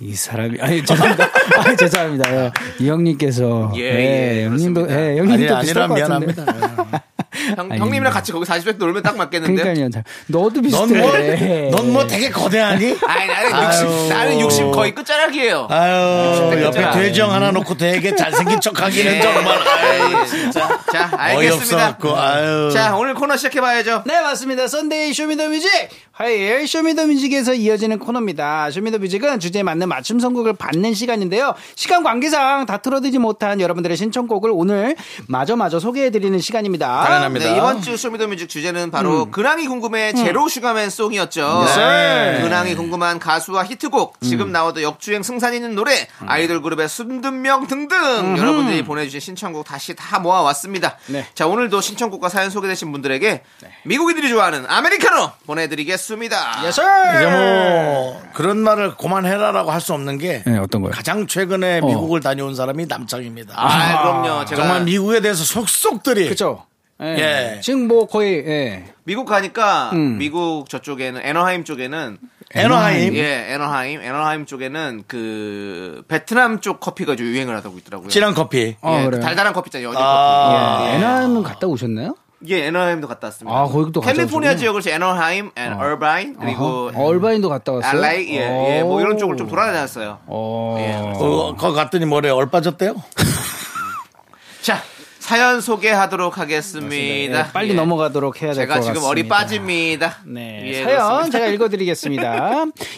Speaker 7: 이 사람이 아니 죄송합니다 (laughs) 아니, 죄송합니다 예. 이 형님께서
Speaker 2: 예,
Speaker 7: 예,
Speaker 2: 예,
Speaker 7: 형님도
Speaker 2: 그렇습니다.
Speaker 7: 예,
Speaker 1: 아니,
Speaker 7: 형님도 비슷할
Speaker 1: 아니라
Speaker 7: 것 같은데 (laughs)
Speaker 1: 미안합니다.
Speaker 7: 예.
Speaker 2: 형,
Speaker 7: 아닙니다.
Speaker 2: 형님이랑 같이 거기 40백 놀면 딱 맞겠는데.
Speaker 7: 그러니까요 너도 비슷해 예.
Speaker 1: 넌뭐 넌 뭐 되게
Speaker 7: (laughs)
Speaker 1: 거대하니?
Speaker 2: 아니, 나는 60,
Speaker 1: 아유.
Speaker 2: 나는 60 거의 끝자락이에요.
Speaker 1: 아유, 옆에
Speaker 2: 괜찮아.
Speaker 1: 돼지형 하나 놓고 되게 잘생긴 척 하기는 정말.
Speaker 2: 아이, 진짜. 자, 네. 알겠습니다.
Speaker 1: 네. 어이없어갖고, 아유.
Speaker 2: 자, 오늘 코너 시작해봐야죠.
Speaker 7: 네 맞습니다. 썬데이 쇼미더뮤직 화요일 쇼미더뮤직에서 이어지는 코너입니다. 쇼미더뮤직은 주제에 맞는 맞춤 선곡을 받는 시간인데요. 시간 관계상 다 틀어드리지 못한 여러분들의 신청곡을 오늘 마저마저 소개해드리는 시간입니다.
Speaker 1: 당연합니다. 음.
Speaker 2: 네, 이번 주 쇼미더뮤직 주제는 바로 근황이 궁금해 제로 슈가맨 송이었죠.
Speaker 1: 네. 음.
Speaker 2: 근황이 궁금한 가수와 히트곡, 지금 나와도 역주행 승산 있는 노래, 아이돌 그룹의 순든명 등등
Speaker 1: 음.
Speaker 2: 여러분들이 보내주신 신청곡 다시 다 모아왔습니다.
Speaker 7: 네.
Speaker 2: 자 오늘도 신청곡과 사연 소개되신 분들에게
Speaker 1: 네.
Speaker 2: 미국인들이 좋아하는 아메리카노 보내드리겠습니다.
Speaker 7: 예스!
Speaker 1: 이제 뭐 그런 말을 그만해라라고 할 수 없는 게
Speaker 7: 네, 어떤 거요?
Speaker 1: 가장 최근에 미국을 다녀온 사람이 남창입니다.
Speaker 2: 아 그럼요. 제가
Speaker 1: 정말 미국에 대해서 속속들이
Speaker 7: 그쵸? 예.
Speaker 1: 예.
Speaker 7: 지금 뭐 거의 예.
Speaker 2: 미국 가니까
Speaker 7: 음.
Speaker 2: 미국 저쪽에는 애너하임 쪽에는
Speaker 1: 애너하임
Speaker 2: 예, 애너하임, 애너하임 쪽에는 그 베트남 쪽 커피가 좀 유행을 하고 있더라고요.
Speaker 1: 진한 커피.
Speaker 7: 아,
Speaker 2: 예, 그
Speaker 7: 그래요?
Speaker 2: 달달한 커피잖아요. 연유
Speaker 1: 아.
Speaker 2: 커피. 예,
Speaker 7: 애나는 갔다 오셨나요?
Speaker 2: 예, 애너하임도 갔다 왔습니다.
Speaker 7: 아, 거기도 갔다
Speaker 2: 캘리포니아
Speaker 7: 오셨군요. 아.
Speaker 2: 지역을 애너하임, 앤 얼바인 그리고
Speaker 7: 아하. 얼바인도 갔다 왔어요.
Speaker 2: LA 예, 예, 뭐 이런 쪽을 좀 돌아다녔어요. 예,
Speaker 7: 어.
Speaker 1: 어, 거 갔더니 뭐래 얼 빠졌대요?
Speaker 2: 자, 사연 소개하도록 하겠습니다.
Speaker 7: 예, 빨리
Speaker 2: 예.
Speaker 7: 넘어가도록 해야 될 것
Speaker 2: 제가
Speaker 7: 같습니다.
Speaker 2: 지금 어리 빠집니다.
Speaker 7: 네.
Speaker 2: 예,
Speaker 7: 사연
Speaker 2: 그렇습니다.
Speaker 7: 제가
Speaker 2: (laughs)
Speaker 7: 읽어드리겠습니다.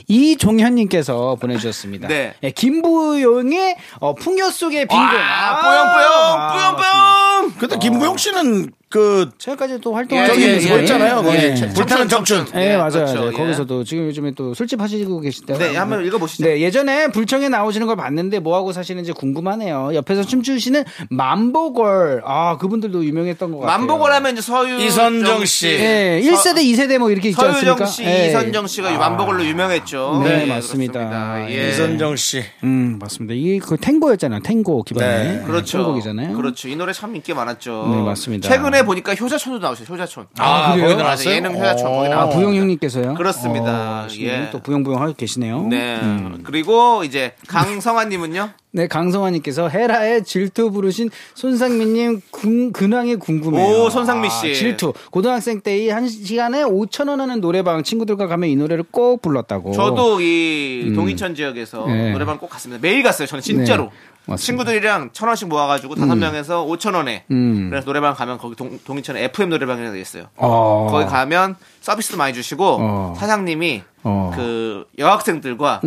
Speaker 7: 이종현님께서 보내주셨습니다.
Speaker 2: 네.
Speaker 7: 예, 김부용의 어, 풍요 속의 아, 빈곤.
Speaker 2: 와, 뿌염뿌염, 뿌염뿌염.
Speaker 1: 그때 김부용 씨는 그
Speaker 7: 최근까지 또
Speaker 2: 어. 예,
Speaker 7: 활동을
Speaker 1: 저기
Speaker 2: 예,
Speaker 1: 뭐 있잖아요.
Speaker 2: 예,
Speaker 1: 거기
Speaker 2: 예.
Speaker 1: 불타는 청춘.
Speaker 7: 예,
Speaker 2: 예,
Speaker 7: 맞아요.
Speaker 2: 그렇죠.
Speaker 7: 네,
Speaker 2: 예.
Speaker 7: 거기서도 지금 요즘에 또 술집하시고 계시다고.
Speaker 2: 네, 한번 읽어보시죠.
Speaker 7: 네, 예전에 불청에 나오시는 걸 봤는데 뭐 하고 사시는지 궁금하네요. 옆에서 춤추시는 만보걸. 아, 그분들도 유명했던 것 같아요.
Speaker 2: 만복을 하면 이제 서유
Speaker 1: 이선정 씨.
Speaker 7: 예, 1세대, 2세대 뭐 이렇게 있지
Speaker 2: 서유정
Speaker 7: 않습니까?
Speaker 2: 씨,
Speaker 7: 예.
Speaker 2: 이선정 씨가 만복을로 유명했죠.
Speaker 7: 네,
Speaker 2: 예,
Speaker 7: 맞습니다.
Speaker 2: 그렇습니다. 예.
Speaker 1: 이선정 씨.
Speaker 7: 음, 맞습니다. 이게 그 탱고였잖아요. 탱고 기반의.
Speaker 1: 네.
Speaker 2: 그렇죠.
Speaker 7: 탱고곡이잖아요.
Speaker 2: 그렇죠. 이 노래 참 인기 많았죠.
Speaker 7: 네, 맞습니다.
Speaker 2: 최근에 보니까 효자촌도 나오셨어요. 효자촌.
Speaker 1: 아,
Speaker 7: 그래요?
Speaker 1: 거기 나왔어요?
Speaker 2: 예능 효자촌 거기
Speaker 7: 아,
Speaker 2: 나왔어요.
Speaker 7: 부영 형님께서요?
Speaker 2: 그렇습니다.
Speaker 7: 어, 지금
Speaker 2: 예.
Speaker 7: 또 부영부영 하고 계시네요. 네.
Speaker 2: 네. 그리고 이제 강성환님은요.
Speaker 7: 강성환님께서 헤라의 질투 부르신 손상민님 궁- 근황이 궁금해요.
Speaker 2: 오, 손상민 씨.
Speaker 7: 아, 질투. 고등학생 때 이 한 시간에 5천 원 하는 노래방 친구들과 가면 이 노래를 꼭 불렀다고.
Speaker 2: 저도 이 동인천 지역에서
Speaker 7: 예.
Speaker 2: 노래방 꼭 갔습니다. 매일 갔어요. 저는 진짜로.
Speaker 7: 음. 네, 맞습니다.
Speaker 2: 친구들이랑 천 원씩 모아가지고 다섯 명에서 오천 원에
Speaker 7: 음.
Speaker 2: 그래서 노래방 가면 거기 동, 동인천 FM 노래방이라고 돼 있어요.
Speaker 7: 어.
Speaker 2: 거기 가면 서비스도 많이 주시고
Speaker 7: 어.
Speaker 2: 사장님이
Speaker 7: 어.
Speaker 2: 그 여학생들과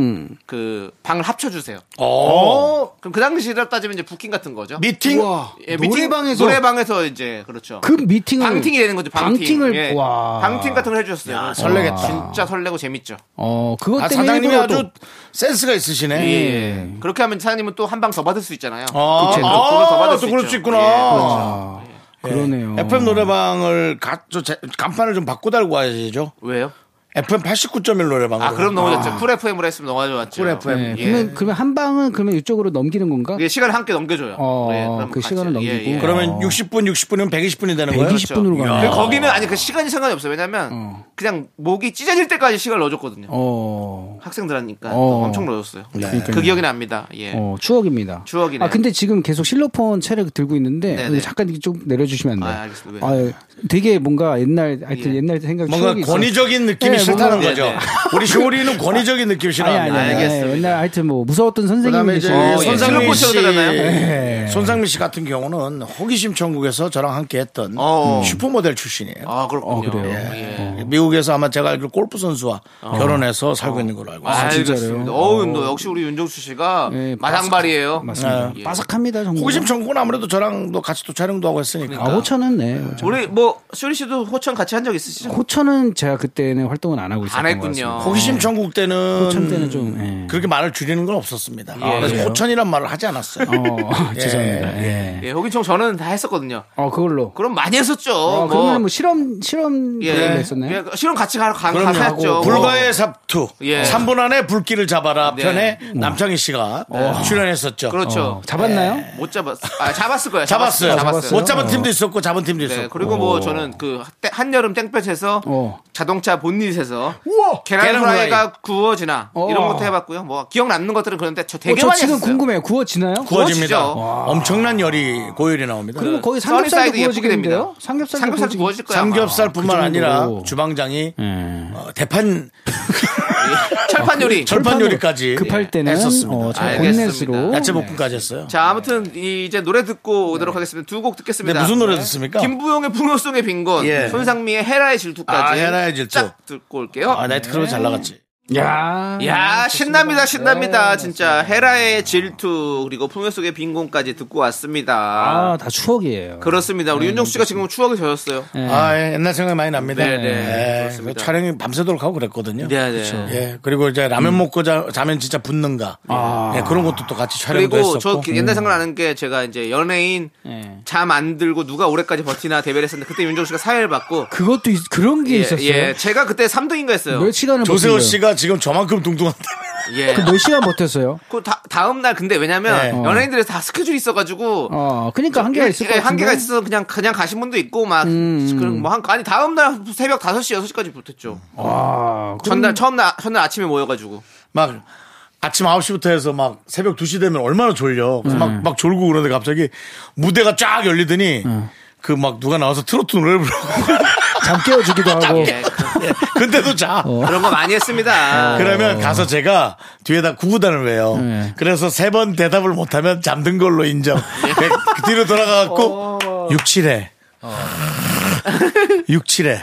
Speaker 2: 그 방을 합쳐주세요.
Speaker 1: 어.
Speaker 2: 그럼 그 당시로 따지면 이제 부킹 같은 거죠.
Speaker 1: 미팅?
Speaker 7: 우와.
Speaker 2: 예, 미팅,
Speaker 7: 노래방에서
Speaker 2: 노래방에서 이제 그렇죠.
Speaker 7: 그 미팅을
Speaker 2: 방팅이 되는 거죠. 방팅.
Speaker 7: 방팅을
Speaker 2: 예.
Speaker 7: 와.
Speaker 2: 방팅 같은 걸 해주셨어요.
Speaker 1: 설레겠다.
Speaker 2: 진짜 설레고 재밌죠.
Speaker 7: 어, 그것
Speaker 1: 아,
Speaker 7: 때문에
Speaker 1: 사장님이
Speaker 7: 일부러 또-
Speaker 1: 아주 센스가 있으시네.
Speaker 2: 예. 그렇게 하면 사장님은 또 한 방 더 받을 수
Speaker 1: 아,
Speaker 2: 있잖아요. 그쵸.
Speaker 1: 아,
Speaker 2: 돈을 더 받을
Speaker 1: 또
Speaker 2: 수
Speaker 1: 그럴
Speaker 2: 있죠.
Speaker 1: 수 있구나.
Speaker 2: 예, 그렇죠.
Speaker 7: 아, 그러네요.
Speaker 1: FM 노래방을 가, 저, 제- 간판을 좀 바꿔 달고 와야죠.
Speaker 2: 왜요?
Speaker 1: FM 89.1 노래방으로.
Speaker 2: 아, 그럼 넘어졌죠. 쿨 FM으로 했으면 넘어졌죠.
Speaker 1: 쿨 FM.
Speaker 7: 네.
Speaker 2: 예.
Speaker 7: 그러면 그러면 한 방은 그러면 이쪽으로 넘기는 건가?
Speaker 2: 예, 시간을 함께 넘겨줘요.
Speaker 7: 어,
Speaker 2: 예, 그럼
Speaker 7: 그
Speaker 2: 같이.
Speaker 7: 시간을
Speaker 2: 예,
Speaker 7: 넘기고.
Speaker 2: 예.
Speaker 1: 그러면 60분, 60분이면 120분이 되는 거예요?
Speaker 7: 120 분으로
Speaker 2: 그렇죠.
Speaker 7: 가네요.
Speaker 2: 그 거기는 아니 그 시간이 상관이 없어요. 왜냐면
Speaker 7: 어.
Speaker 2: 그냥 목이 찢어질 때까지 시간을 넣어줬거든요.
Speaker 7: 어.
Speaker 2: 학생들 하니까
Speaker 7: 어.
Speaker 2: 엄청 넣어줬어요.
Speaker 7: 그러니까요.
Speaker 2: 그 기억이 납니다. 예.
Speaker 7: 어, 추억입니다.
Speaker 2: 추억이네요.
Speaker 7: 아, 근데 지금 계속 실로폰 채를 들고 있는데
Speaker 2: 네네.
Speaker 7: 잠깐 이렇게 좀 내려주시면 안 돼요?
Speaker 2: 아, 알겠습니다.
Speaker 7: 아, 되게 뭔가 옛날 하여튼
Speaker 2: 예.
Speaker 7: 옛날 생각
Speaker 1: 뭔가
Speaker 7: 추억이
Speaker 1: 권위적인 느낌이
Speaker 7: 예,
Speaker 1: 싫다는
Speaker 2: 뭔가-
Speaker 1: 거죠.
Speaker 2: 네, 네.
Speaker 1: (laughs) 우리 쇼리는 권위적인 느낌
Speaker 7: 있어요. 아니
Speaker 1: 싫어합니다. 예.
Speaker 7: 아니 아니.
Speaker 2: 알겠습니다.
Speaker 7: 옛날 하여튼 뭐 무서웠던
Speaker 1: 그다음에
Speaker 7: 선생님이 네.
Speaker 1: 이제
Speaker 2: 어, 예.
Speaker 1: 손상민
Speaker 2: 슬로우
Speaker 1: 씨,
Speaker 2: 포스가 되나요?
Speaker 1: 손상민 씨 같은 경우는 호기심 천국에서 저랑 함께했던
Speaker 2: 어.
Speaker 1: 슈퍼모델 출신이에요.
Speaker 2: 아 그렇군요.
Speaker 7: 어, 그래요?
Speaker 2: 예.
Speaker 1: 미국에서 아마 제가 알기로 골프 선수와 결혼해서 살고 있는 걸로 알고 있어요.
Speaker 2: 아, 알겠습니다.
Speaker 7: 아, 진짜로요?
Speaker 2: 어우, 너 역시 우리 윤정수 씨가
Speaker 7: 예,
Speaker 2: 마당발이에요.
Speaker 7: 맞습니다.
Speaker 2: 예.
Speaker 7: 바삭합니다 정말.
Speaker 1: 아. 호기심 천국은 아무래도 저랑도 같이 또 촬영도 하고 했으니까.
Speaker 7: 아 호천은 네. 호천.
Speaker 2: 우리 뭐 쇼리 씨도 호천 같이 한 적 있으시죠?
Speaker 7: 호천은 제가 그때는 활동은 안 하고 어, 있었던
Speaker 2: 안
Speaker 7: 것
Speaker 2: 했군요.
Speaker 7: 같습니다.
Speaker 1: 아. 호기심 천국 때는
Speaker 7: 호천 때는 좀, 예.
Speaker 1: 그렇게 말을 줄이는 건 없었습니다.
Speaker 2: 예.
Speaker 1: 그래서
Speaker 2: 그래요?
Speaker 1: 호천이란 말을 하지 않았어요.
Speaker 7: 어, (laughs)
Speaker 1: 예.
Speaker 7: 죄송합니다. 예.
Speaker 2: 예, 호기총 저는 다 했었거든요.
Speaker 7: 어 그걸로.
Speaker 2: 그럼 많이 했었죠.
Speaker 7: 어,
Speaker 2: 뭐.
Speaker 7: 그러면 뭐 네, 실험 실험
Speaker 2: 예.
Speaker 7: 그런 거 있었나요?
Speaker 2: 예, 실험 같이 가, 가,
Speaker 1: 그럼요.
Speaker 2: 가서 했죠. 뭐.
Speaker 1: 불가의 삽투.
Speaker 2: 예.
Speaker 1: 3분 안에 불길을 잡아라
Speaker 2: 네.
Speaker 1: 편에 남창희 씨가 출연했었죠.
Speaker 2: 그렇죠.
Speaker 7: 어, 잡았나요?
Speaker 2: 못 잡았. 아 잡았을 거예요.
Speaker 1: 잡았어요.
Speaker 2: 잡았어요.
Speaker 1: 못 잡은 팀도 있었고 잡은 팀도
Speaker 2: 네,
Speaker 1: 있었고.
Speaker 2: 그리고 뭐 저는 그 때- 한여름 땡볕에서
Speaker 7: 어.
Speaker 2: 자동차 본닛에서
Speaker 1: 우와!
Speaker 2: 계란
Speaker 1: 계란
Speaker 2: 후라이가 구워지나
Speaker 7: 어.
Speaker 2: 이런 것도 해봤고요. 뭐 기억 남는 것들은 그런데 저
Speaker 7: 어,
Speaker 2: 되게
Speaker 7: 저
Speaker 2: 많이
Speaker 7: 지금
Speaker 2: 했어요.
Speaker 7: 궁금해요. 구워지나요?
Speaker 1: 구워집니다.
Speaker 2: 구워지죠.
Speaker 1: 엄청난 열이 고열이 나옵니다.
Speaker 7: 그러면 거의
Speaker 2: 써니
Speaker 7: 삼겹살도
Speaker 2: 사이드 예쁘게 됩니다.
Speaker 7: 구워지겠는데요? 삼겹살도,
Speaker 2: 삼겹살도
Speaker 7: 구워지기-
Speaker 2: 구워질 거야.
Speaker 1: 삼겹살뿐만
Speaker 7: 아, 그
Speaker 1: 아니라
Speaker 7: 정도로. 네.
Speaker 1: 주방장이
Speaker 7: 예.
Speaker 1: 어, 대판
Speaker 2: 아마. (laughs) 철판 요리.
Speaker 1: (laughs) 철판
Speaker 7: 철판으로
Speaker 1: 요리까지 예,
Speaker 7: 급할 때는
Speaker 1: 했었습니다.
Speaker 7: 어, 네. 저
Speaker 2: 예. 알겠습니다.
Speaker 7: 본넷으로
Speaker 1: 야채 볶음까지 했어요.
Speaker 2: 자, 아무튼 이- 이제 노래 듣고 오도록 하겠습니다. 두 곡 듣겠습니다. 네.
Speaker 1: 근데 네, 무슨 노래 듣습니까?
Speaker 2: 김부용의 풍요송의 빈곤,
Speaker 1: 예.
Speaker 2: 손상미의 헤라의 질투까지
Speaker 1: 아, 헤라의 질투.
Speaker 2: 쫙 듣고 올게요.
Speaker 1: 아, 나이트클럽 잘 나갔지.
Speaker 7: 야,
Speaker 2: 야 신납니다 신납니다
Speaker 7: 아, 네,
Speaker 2: 진짜 헤라의 질투 그리고 풍요 속의 빈곤까지 듣고 왔습니다
Speaker 7: 아, 다 추억이에요.
Speaker 2: 그렇습니다
Speaker 7: 네,
Speaker 2: 우리 윤정수 씨가 지금 추억이 젖었어요
Speaker 7: 예.
Speaker 1: 아, 예, 옛날 생각이 많이 납니다.
Speaker 2: 네, 네,
Speaker 1: 예,
Speaker 2: 그렇습니다.
Speaker 1: 그 촬영이 밤새도록 하고 그랬거든요.
Speaker 2: 네네
Speaker 1: 예, 그리고 이제 라면
Speaker 7: 음.
Speaker 1: 먹고 자, 자면 진짜 붙는가.
Speaker 7: 아.
Speaker 1: 예, 그런 것도 또 같이 촬영도
Speaker 2: 그리고
Speaker 1: 했었고.
Speaker 2: 저
Speaker 7: 음.
Speaker 2: 기- 옛날 생각나는 게 제가 이제 연예인
Speaker 7: 예.
Speaker 2: 잠 안 들고 누가 오래까지 버티나 대회를 했었는데 그때 윤정수 씨가 사회를 받고
Speaker 7: 그것도 있- 그런 게
Speaker 2: 예,
Speaker 7: 있었어요.
Speaker 2: 예, 제가 그때 3등인가 했어요
Speaker 7: 몇 시간을
Speaker 1: 조세호
Speaker 7: 버텼어요?
Speaker 1: 씨가 지금 저만큼 뚱뚱한데. (laughs)
Speaker 2: 예.
Speaker 7: 그몇 시간 버텼어요?
Speaker 2: 그 다, 다음 날 근데 왜냐면
Speaker 1: 네.
Speaker 2: 연예인들이 다 스케줄이 있어가지고
Speaker 7: 어, 그러니까 한계가 있을 것
Speaker 2: 예,
Speaker 7: 같은데. 음,
Speaker 2: 한계가 있어서 그냥 그냥 가신 분도 있고 막 그런 뭐한 아니 다음 날 새벽 5시 6시까지 붙었죠.
Speaker 7: 아, 그럼-
Speaker 2: 전날 처음 날 전날 아침에 모여가지고
Speaker 1: 막 아침 9시부터 해서 막 새벽 2시 되면 얼마나 졸려. 그래서
Speaker 7: 음.
Speaker 1: 막, 막 졸고 그러는데 갑자기 무대가 쫙 열리더니
Speaker 7: 음.
Speaker 1: 그 막 누가 나와서 트로트 노래를 부르고.
Speaker 7: 잠
Speaker 2: (laughs)
Speaker 7: 깨워주기도 하고.
Speaker 2: 예,
Speaker 1: (laughs)
Speaker 2: 그-
Speaker 1: 근데도 자.
Speaker 7: 어.
Speaker 2: 그런 거 많이 했습니다.
Speaker 1: 그러면 가서 제가 뒤에다 구구단을 외요.
Speaker 7: 네.
Speaker 1: 그래서 세 번 대답을 못하면 잠든 걸로 인정. 그 뒤로
Speaker 2: 어.
Speaker 1: 돌아가갖고 육 6, 7회.
Speaker 7: 어.
Speaker 1: (laughs) 육 6, 7회.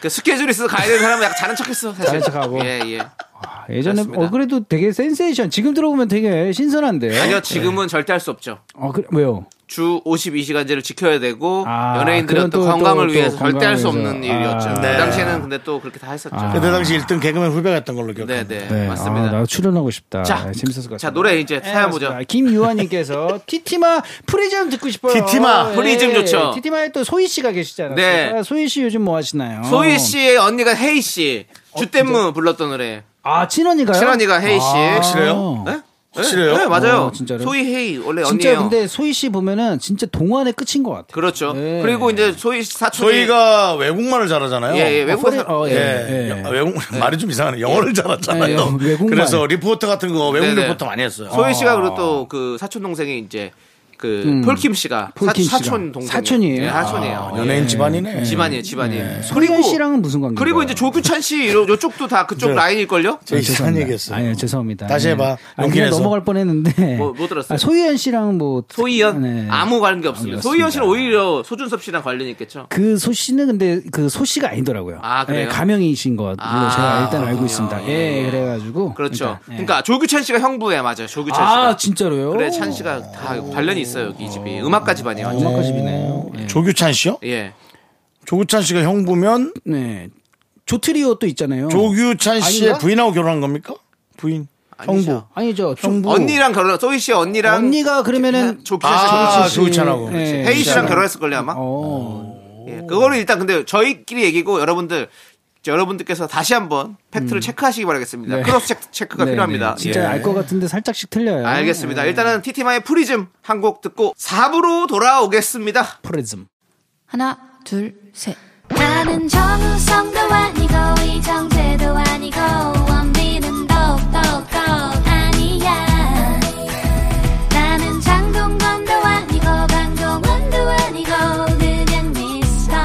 Speaker 2: 그 스케줄이 있어서 가야 되는 사람은 약간 자는 척했어. 사실.
Speaker 7: 자는 척하고.
Speaker 2: 예 예.
Speaker 7: 아, 예전에
Speaker 2: 그렇습니다.
Speaker 7: 어 그래도 되게 센세이션. 지금 들어보면 되게 신선한데요.
Speaker 2: 아니요 지금은 절대 할 수 없죠.
Speaker 7: 어, 그래, 왜요?
Speaker 2: 주 52시간제를 지켜야 되고
Speaker 7: 아,
Speaker 2: 연예인들은
Speaker 7: 그건
Speaker 2: 또,
Speaker 7: 또-
Speaker 2: 건강을
Speaker 7: 또- 또
Speaker 2: 위해서 절대 할 수
Speaker 7: 건강을
Speaker 2: 없는
Speaker 7: 위해서.
Speaker 2: 일이었죠.
Speaker 7: 아.
Speaker 2: 그
Speaker 1: 네.
Speaker 2: 당시에는 근데 또 그렇게 다 했었죠.
Speaker 7: 아.
Speaker 1: 그때 당시 1등 개그맨 후배가 했던 걸로
Speaker 2: 네네
Speaker 1: 기억합니다.
Speaker 2: 맞습니다.
Speaker 7: 아, 나 출연하고 싶다.
Speaker 2: 자,
Speaker 7: 네, 재밌었을 것 같습니다.
Speaker 2: 자 노래 이제 사연 보죠. (laughs)
Speaker 7: 김유아님께서 네, 티티마 프리즘 듣고 싶어요. 예,
Speaker 1: 티티마,
Speaker 2: 프리즘 좋죠.
Speaker 7: 티티마에 또 소희 씨가 계시잖아요.
Speaker 2: 네.
Speaker 7: 아, 소희 씨 요즘 뭐 하시나요?
Speaker 2: 소희 씨의 언니가 헤이 씨.
Speaker 7: 어,
Speaker 2: 주댐무 불렀던 노래.
Speaker 7: 아 친언니가요? 아,
Speaker 2: 친언니가 헤이 씨.
Speaker 1: 확실해요?
Speaker 2: 네?
Speaker 1: 확실해요?
Speaker 2: 네, 맞아요.
Speaker 7: 어, 진짜로?
Speaker 2: 소희 헤이 원래
Speaker 7: 진짜
Speaker 2: 언니예요.
Speaker 7: 근데 소희 씨 보면은 진짜 동안의 끝인 것 같아요.
Speaker 2: 그렇죠.
Speaker 7: 예.
Speaker 2: 그리고 이제 소희 씨 사촌이
Speaker 1: 저희가 외국말을 잘하잖아요.
Speaker 2: 예, 예, 외국
Speaker 7: 어,
Speaker 2: 사-
Speaker 7: 어, 예.
Speaker 1: 예.
Speaker 7: 예.
Speaker 1: 여- 외국 말이 좀 이상하네. 영어를
Speaker 7: 예,
Speaker 1: 잘하잖아요.
Speaker 7: 예, 외국말. 아,
Speaker 1: 그래서 리포터 같은 거 외국
Speaker 2: 네네.
Speaker 1: 리포터 많이 했어요.
Speaker 2: 소희 씨가 그리고 또 그 사촌 동생이 이제 그 폴킴 씨가
Speaker 7: 음. 폴킴
Speaker 2: 사,
Speaker 7: 씨가.
Speaker 2: 촌 동생
Speaker 7: 사촌이에요?
Speaker 2: 예, 사촌이에요.
Speaker 1: 아, 연예인
Speaker 2: 예.
Speaker 1: 집안이네.
Speaker 2: 집안이에요, 집안이에요.
Speaker 7: 예. 소리현 씨랑은 무슨 관계?
Speaker 2: 그리고 이제 조규찬 씨 이러- 요쪽도 다 그쪽
Speaker 1: 네.
Speaker 2: 라인일 걸요?
Speaker 1: 저 이상한 얘기했어요.
Speaker 7: 아니 예, 죄송합니다.
Speaker 1: 다시 해봐.
Speaker 7: 아,
Speaker 1: 용기
Speaker 7: 그냥
Speaker 1: 내서.
Speaker 7: 넘어갈 뻔했는데.
Speaker 2: 뭐- 뭐 들었어요?
Speaker 7: 아, 소희현 씨랑 뭐
Speaker 2: 소희연
Speaker 7: 네.
Speaker 2: 아무 관계 없습니다.
Speaker 7: 아,
Speaker 2: 소희연 씨는
Speaker 7: 그렇습니다.
Speaker 2: 오히려 소준섭 씨랑 관련이 있겠죠.
Speaker 7: 그 소씨는 근데 그 소씨가 아니더라고요. 예,
Speaker 2: 아, 그래요?
Speaker 7: 가명이신 것 물론
Speaker 2: 아,
Speaker 7: 제가 일단 알고
Speaker 2: 그렇군요.
Speaker 7: 있습니다. 예, 그래가지고
Speaker 2: 그렇죠.
Speaker 7: 일단, 예.
Speaker 2: 그러니까 조규찬 씨가 형부예요, 맞아요. 조규찬 씨가.
Speaker 7: 아 진짜로요?
Speaker 2: 그래 찬 씨가 다 관련이 있어요 여기 이 집이 음악가 집안이에요 완전.
Speaker 7: 음악가 집이네요. 예.
Speaker 1: 조규찬 씨요?
Speaker 2: 예
Speaker 1: 조규찬 씨가 형부면
Speaker 7: 네. 조트리오 또 있잖아요.
Speaker 1: 조규찬 씨의
Speaker 7: 음. 아닌가?
Speaker 1: 부인하고 결혼한 겁니까? 부인. 형부.
Speaker 2: 아니죠.
Speaker 7: 아니죠. 조-
Speaker 1: 형부.
Speaker 2: 언니랑 결혼 소희 씨 언니랑
Speaker 7: 언니가 그러면은
Speaker 2: 조규찬 씨
Speaker 1: 아,
Speaker 2: 조규찬 씨 네.
Speaker 1: 조규찬하고.
Speaker 7: 예.
Speaker 2: 헤이 씨랑 결혼했을 걸요 아마
Speaker 7: 어.
Speaker 2: 예, 그거를 일단 근데 저희끼리 얘기고 여러분들 자, 여러분들께서 다시 한번
Speaker 7: 음.
Speaker 2: 팩트를 체크하시기 바라겠습니다. 크로스 체크, 체크가
Speaker 8: 네,
Speaker 2: 필요합니다.
Speaker 8: 네.
Speaker 7: 진짜
Speaker 2: 예.
Speaker 7: 알 음. 것 같은데 살짝씩 틀려요.
Speaker 2: 알겠습니다. 일단은 티티마의 프리즘 한 곡 듣고 4부로 돌아오겠습니다.
Speaker 7: 프리즘.
Speaker 5: 하나, 둘, 셋.
Speaker 9: 나는 정우성도 아니고 이정재도 아니고 원빈은 더욱더 아니야 나는 장동건도 아니고 강동원도 아니고 그냥 미스터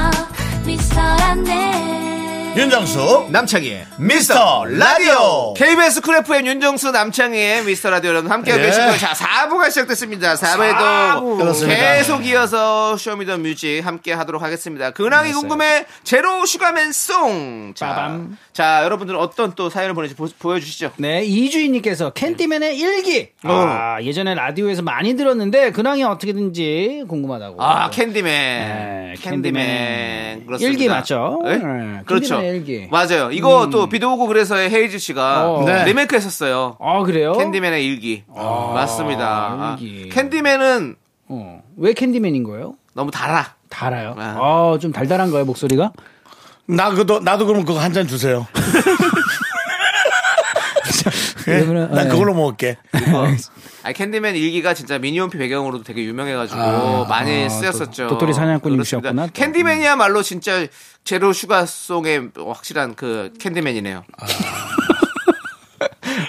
Speaker 9: 미스터란데
Speaker 1: 윤정수
Speaker 2: 남창희의
Speaker 1: 미스터
Speaker 7: 어.
Speaker 1: 라디오
Speaker 2: KBS 쿨 FM 윤정수 남창희의 미스터 라디오 여러분 함께하고
Speaker 1: 예.
Speaker 2: 계시고요. 자, 4부가 시작됐습니다. 4부에도
Speaker 1: 그렇습니다.
Speaker 2: 계속 이어서 쇼미더 뮤직 함께 하도록 하겠습니다. 근황이 궁금해 제로 슈가맨 송. 자,
Speaker 7: 빠밤.
Speaker 2: 자, 여러분들은 어떤 또 사연을 보내지 보여주시죠.
Speaker 7: 네, 이주인님께서 캔디맨의 일기.
Speaker 2: 어.
Speaker 7: 아, 예전에 라디오에서 많이 들었는데 근황이 어떻게든지 궁금하다고.
Speaker 2: 아, 캔디맨.
Speaker 7: 네,
Speaker 2: 캔디맨.
Speaker 7: 캔디맨.
Speaker 2: 그렇습니다.
Speaker 7: 일기 맞죠?
Speaker 2: 예?
Speaker 7: 네,
Speaker 2: 그렇죠.
Speaker 7: 캔디맨의 일기. 음.
Speaker 2: 맞아요. 이거 또 비도 오고 그래서 헤이즈 씨가
Speaker 7: 어.
Speaker 1: 네.
Speaker 2: 리메이크 했었어요.
Speaker 7: 아, 그래요?
Speaker 2: 캔디맨의 일기. 맞습니다. 아,
Speaker 7: 일기.
Speaker 2: 캔디맨은
Speaker 7: 어. 왜 캔디맨인 거예요?
Speaker 2: 너무 달아.
Speaker 7: 달아요.
Speaker 2: 아.
Speaker 7: 아, 좀 달달한가요, 목소리가?
Speaker 1: 나 그도 나도 그럼 그거 한 잔 주세요. 예?
Speaker 7: 그러면은,
Speaker 1: 난
Speaker 7: 예.
Speaker 1: 그걸로 먹을게.
Speaker 2: 어. 아니, 캔디맨 일기가 진짜 미니홈피 배경으로도 되게 유명해가지고 많이
Speaker 7: 아,
Speaker 2: 쓰였었죠.
Speaker 7: 도- 도토리 사냥꾼이셨구나,
Speaker 2: 그렇습니다.
Speaker 7: 또.
Speaker 2: 캔디맨이야말로 진짜 제로 슈가송의 확실한 그 캔디맨이네요.
Speaker 7: 아. (laughs)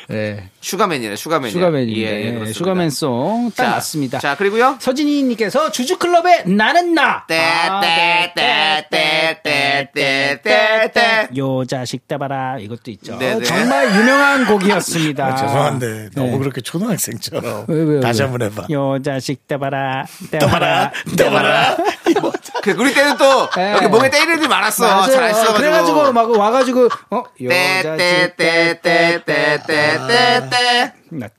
Speaker 7: 네.
Speaker 2: 슈가맨이네, 예, 슈가맨.
Speaker 1: 예,
Speaker 7: 슈가맨인데. 슈가맨송 딱 맞습니다. 아,
Speaker 2: 자, 그리고요.
Speaker 7: 서진이님께서 주주클럽의 나는 나. 아, 네.
Speaker 2: 떼떼떼떼떼떼떼떼
Speaker 7: 요 자식 따봐라 이것도 있죠.
Speaker 2: 네네.
Speaker 7: 정말
Speaker 1: (laughs)
Speaker 7: 유명한 곡이었습니다.
Speaker 1: 아, 죄송한데 너무
Speaker 7: 네.
Speaker 1: 그렇게 초등학생처럼
Speaker 7: 왜, 왜, 왜?
Speaker 1: 다시 한번 해봐.
Speaker 7: 요 자식 따봐라
Speaker 1: 떠봐라,
Speaker 7: 따봐라
Speaker 1: 떠봐라. (laughs)
Speaker 2: 그 우리 때는 또
Speaker 7: 네.
Speaker 2: 여기 목에 때리는 애들 많았어. 잘
Speaker 7: 맞아요.
Speaker 2: 써가지고. 네,
Speaker 7: 그래가지고 막 와가지고 어요 자식
Speaker 2: 떼떼떼떼떼떼떼떼
Speaker 1: 네.